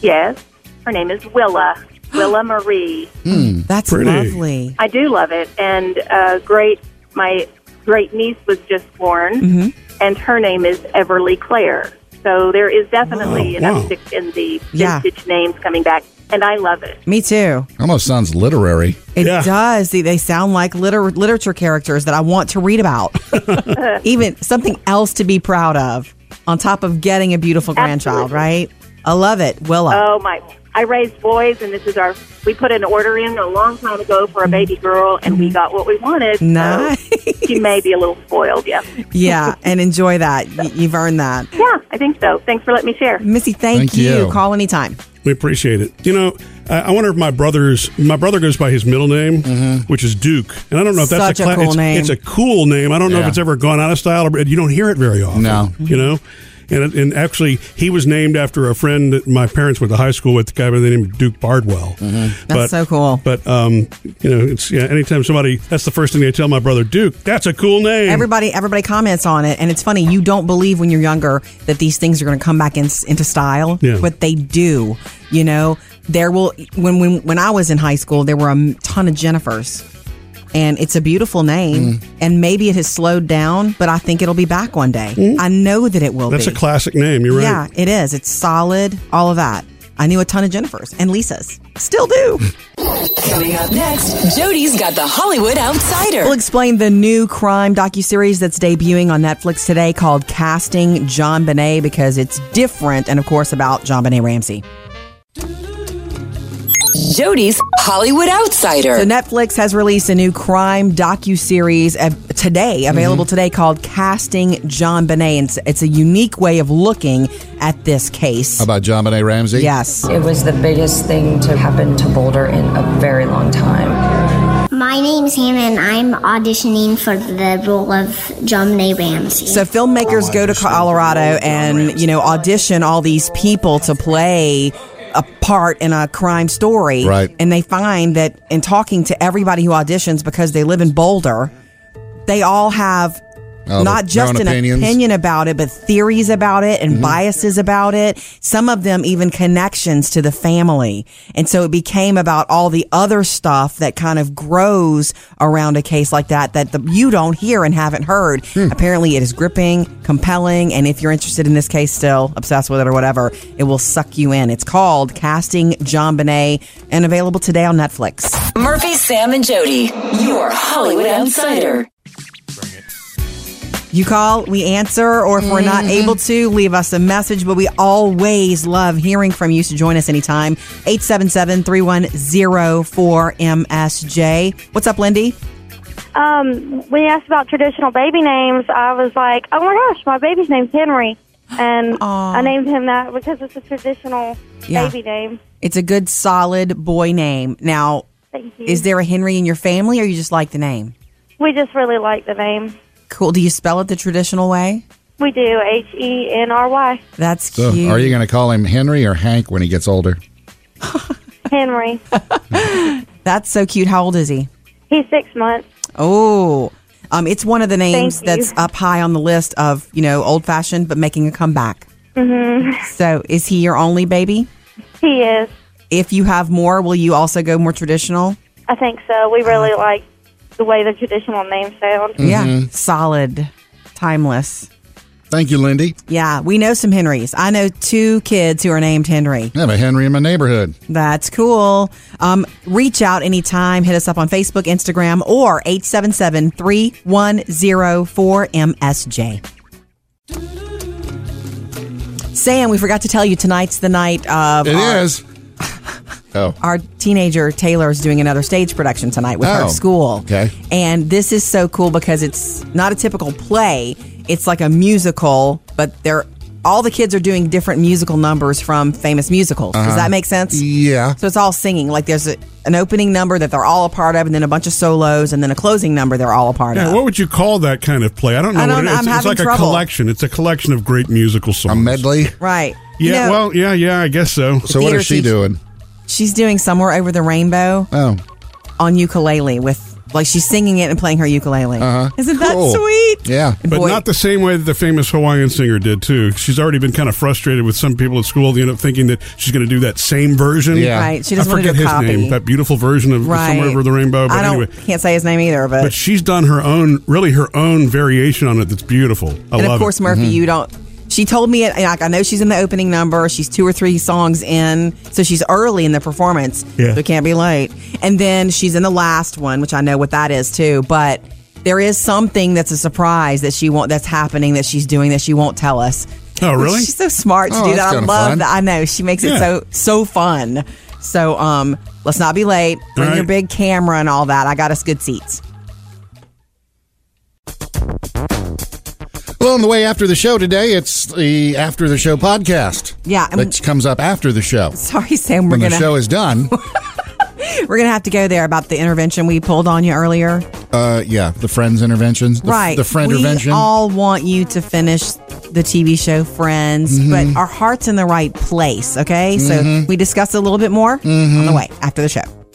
Speaker 10: Yes. Her name is Willa. Willa Marie.
Speaker 3: That's
Speaker 10: Pretty.
Speaker 3: lovely.
Speaker 10: I do love it. And uh, great, my great niece was just born,
Speaker 4: Mm-hmm.
Speaker 3: Mhm.
Speaker 10: and her name is Everly Claire. So there is definitely
Speaker 4: Oh, Wow.
Speaker 10: an
Speaker 4: Wow.
Speaker 10: uptick in the
Speaker 4: Yeah.
Speaker 10: vintage names coming back, and I love it.
Speaker 3: Me too.
Speaker 4: Almost sounds literary.
Speaker 3: It does. They- They sound like liter- literature characters that I want to read about. Even something else to be proud of, on top of getting a beautiful grandchild, right? I love it. Willa.
Speaker 10: Oh my! I raised boys, and this is our. We put an order in a long time ago for a baby girl, and
Speaker 4: Mm-hmm.
Speaker 10: we got what we wanted. so
Speaker 3: Nice.
Speaker 10: she may be a little spoiled. Yeah.
Speaker 3: yeah, and enjoy that. Y- You've earned that.
Speaker 10: Yeah, I think so. Thanks for letting me share.
Speaker 3: Missy, thank,
Speaker 2: Thank you.
Speaker 3: you. Call anytime.
Speaker 2: We appreciate it. You know, I, I wonder if my brother's my brother goes by his middle name,
Speaker 4: Mm-hmm.
Speaker 2: which is Duke, and I don't know if that's
Speaker 3: Such a cool
Speaker 2: it's,
Speaker 3: name.
Speaker 2: It's a cool name. I don't know if
Speaker 4: Yeah.
Speaker 2: it's ever gone out of style, but you don't hear it very often.
Speaker 4: No.
Speaker 2: you know. And, it- and actually, he was named after a friend that my parents went to high school with, the guy by the name of Duke Bardwell.
Speaker 4: Mm-hmm.
Speaker 2: That's
Speaker 3: so cool.
Speaker 2: But um, you know, it's yeah. Anytime somebody, that's the first thing they tell my brother Duke. That's a cool name.
Speaker 3: Everybody, everybody comments on it, and it's funny. You don't believe when you're younger that these things are going to come back in, into style,
Speaker 2: Yeah.
Speaker 3: but they do. You know, there will when when when I was in high school, there were a m- ton of Jennifers. and it's a beautiful name.
Speaker 2: Mm.
Speaker 3: And maybe it has slowed down, but I think it'll be back one day. I know that it will
Speaker 2: Mm. That's
Speaker 3: be.
Speaker 2: a classic name. You're right.
Speaker 3: Yeah, it is. It's solid, all of that. I knew a ton of Jennifer's and Lisa's. Still do.
Speaker 6: Coming up next, Jody's got the Hollywood Outsider.
Speaker 3: We'll explain the new crime docuseries that's debuting on Netflix today called Casting John Bonet because it's different and, of course, about John Bonet Ramsey.
Speaker 6: Jody's Hollywood Outsider.
Speaker 3: So Netflix has released a new crime docuseries uh, today, available today, called Casting John Bonet. And it's, it's a unique way of looking at this case.
Speaker 4: About John Bonet Ramsey?
Speaker 3: Yes.
Speaker 11: It was the biggest thing to happen to Boulder in a very long time.
Speaker 12: My name's Hannah, and I'm auditioning for the role of Jomne Ramsey.
Speaker 3: So filmmakers go to Colorado and you know audition all these people to play a part in a crime story.
Speaker 4: Right.
Speaker 3: And they find that in talking to everybody who auditions because they live in Boulder, they all have
Speaker 4: Oh,
Speaker 3: not
Speaker 4: their own
Speaker 3: just an
Speaker 4: opinions. Mm-hmm.
Speaker 3: opinion about it, but theories about it and biases about it. Some of them even connections to the family. And so it became about all the other stuff that kind of grows around a case like that that the, you don't hear and haven't heard.
Speaker 4: Hmm.
Speaker 3: Apparently, it is gripping, compelling, and if you're interested in this case still, obsessed with it or whatever, it will suck you in. It's called Casting John Bonet and available today on Netflix.
Speaker 6: Murphy, Sam, and Jody, your Hollywood Outsider.
Speaker 3: You call, we answer, or if we're not able
Speaker 10: Mm-hmm.
Speaker 3: to, leave us a message. But we always love hearing from you, so join us anytime. 877 310 What's up, Lindy?
Speaker 10: Um, when you asked about traditional baby names, I was like, oh my gosh, my baby's name's Henry. And I named him that because it's a traditional
Speaker 3: Yeah.
Speaker 10: baby name.
Speaker 3: It's a good, solid boy name. Now,
Speaker 10: Thank you.
Speaker 3: is there a Henry in your family, or you just like the name?
Speaker 10: We just really like the name.
Speaker 3: Cool. Do you spell it the traditional way?
Speaker 10: We do H E N R Y.
Speaker 3: That's
Speaker 4: So,
Speaker 3: cute.
Speaker 4: are you going to call him Henry or Hank when he gets older?
Speaker 10: Henry.
Speaker 3: That's so cute. How old is he?
Speaker 10: He's six months.
Speaker 3: Oh, um, it's one of the names
Speaker 10: Thank you.
Speaker 3: that's up high on the list of you know old fashioned, but making a comeback.
Speaker 10: hmm
Speaker 3: So, is he your only baby?
Speaker 10: He is.
Speaker 3: If you have more, will you also go more traditional?
Speaker 10: I think so. We really like the way the traditional name sounds.
Speaker 3: Uh-huh. Yeah, solid, timeless.
Speaker 4: Thank you, Lindy.
Speaker 3: Yeah, we know some Henrys. I know two kids who are named Henry.
Speaker 4: I have a Henry in my neighborhood.
Speaker 3: That's cool. Um, reach out anytime. Hit us up on Facebook, Instagram, or 877 310 4MSJ. Sam, we forgot to tell you tonight's the night of.
Speaker 4: It is.
Speaker 3: our,
Speaker 4: Oh.
Speaker 3: Our teenager Taylor is doing another stage production tonight with her
Speaker 4: Oh.
Speaker 3: at school.
Speaker 4: Okay.
Speaker 3: And this is so cool because it's not a typical play. It's like a musical, but they're all the kids are doing different musical numbers from famous musicals. Does
Speaker 4: Uh-huh.
Speaker 3: that make sense?
Speaker 4: Yeah.
Speaker 3: So it's all singing. Like there's a, an opening number that they're all a part of, and then a bunch of solos, and then a closing number they're all a part
Speaker 2: Yeah,
Speaker 3: of.
Speaker 2: what would you call that kind of play? I don't know.
Speaker 3: I don't-
Speaker 2: what it is.
Speaker 3: I'm
Speaker 2: It's- it's
Speaker 3: having
Speaker 2: like
Speaker 3: trouble.
Speaker 2: a collection. It's a collection of great musical songs. A
Speaker 4: medley.
Speaker 3: Right. You
Speaker 2: Yeah.
Speaker 3: know,
Speaker 2: well, yeah, yeah. I guess so.
Speaker 3: So what theater is she teacher- doing? she's doing somewhere over the rainbow.
Speaker 4: Oh.
Speaker 3: On ukulele with like she's singing it and playing her ukulele. Uh-huh. Isn't that
Speaker 2: Cool.
Speaker 3: sweet?
Speaker 4: Yeah,
Speaker 2: but
Speaker 3: Boy.
Speaker 2: not the same way that the famous Hawaiian singer did too. She's already been kind of frustrated with some people at school. They end up thinking that she's going to do that same version.
Speaker 3: Yeah. Right, she doesn't
Speaker 2: I
Speaker 3: wanna do
Speaker 2: forget
Speaker 3: a
Speaker 2: his
Speaker 3: copy.
Speaker 2: name. That beautiful version of
Speaker 3: Right.
Speaker 2: Somewhere Over the Rainbow. But
Speaker 3: I don't
Speaker 2: anyway,
Speaker 3: can't say his name either, but,
Speaker 2: but she's done her own, really her own variation on it. That's beautiful. I
Speaker 3: and
Speaker 2: love
Speaker 3: of course
Speaker 2: it. Mm-hmm.
Speaker 3: Murphy, you don't. She told me it. and, Like I know she's in the opening number. She's two or three songs in, so she's early in the performance.
Speaker 2: Yeah.
Speaker 3: so it can't be late. And then she's in the last one, which I know what that is too. But there is something that's a surprise that she won't. That's happening that she's doing that she won't tell us.
Speaker 2: Oh, really?
Speaker 3: She's so smart to
Speaker 2: Oh,
Speaker 3: do
Speaker 2: that's
Speaker 3: that. I
Speaker 2: kinda
Speaker 3: love
Speaker 2: fun.
Speaker 3: that. I know she makes it
Speaker 2: Yeah.
Speaker 3: so so fun. So um, let's not be late. Bring your
Speaker 2: right.
Speaker 3: big camera and all that. I got us good seats.
Speaker 4: Well, on the way after the show today, it's the after the show podcast.
Speaker 3: Yeah, and-
Speaker 4: which comes up after the show.
Speaker 3: Sorry, Sam. We're
Speaker 4: when the
Speaker 3: gonna
Speaker 4: show is done.
Speaker 3: We're gonna have to go there about the intervention we pulled on you earlier.
Speaker 4: Uh, yeah, the friends interventions, the,
Speaker 3: right.
Speaker 4: The friend intervention.
Speaker 3: We all want you to finish the TV show Friends,
Speaker 4: Mm-hmm. Mm-hmm.
Speaker 3: but our heart's in the right place. Okay, so we discuss a little bit more on the way after the show.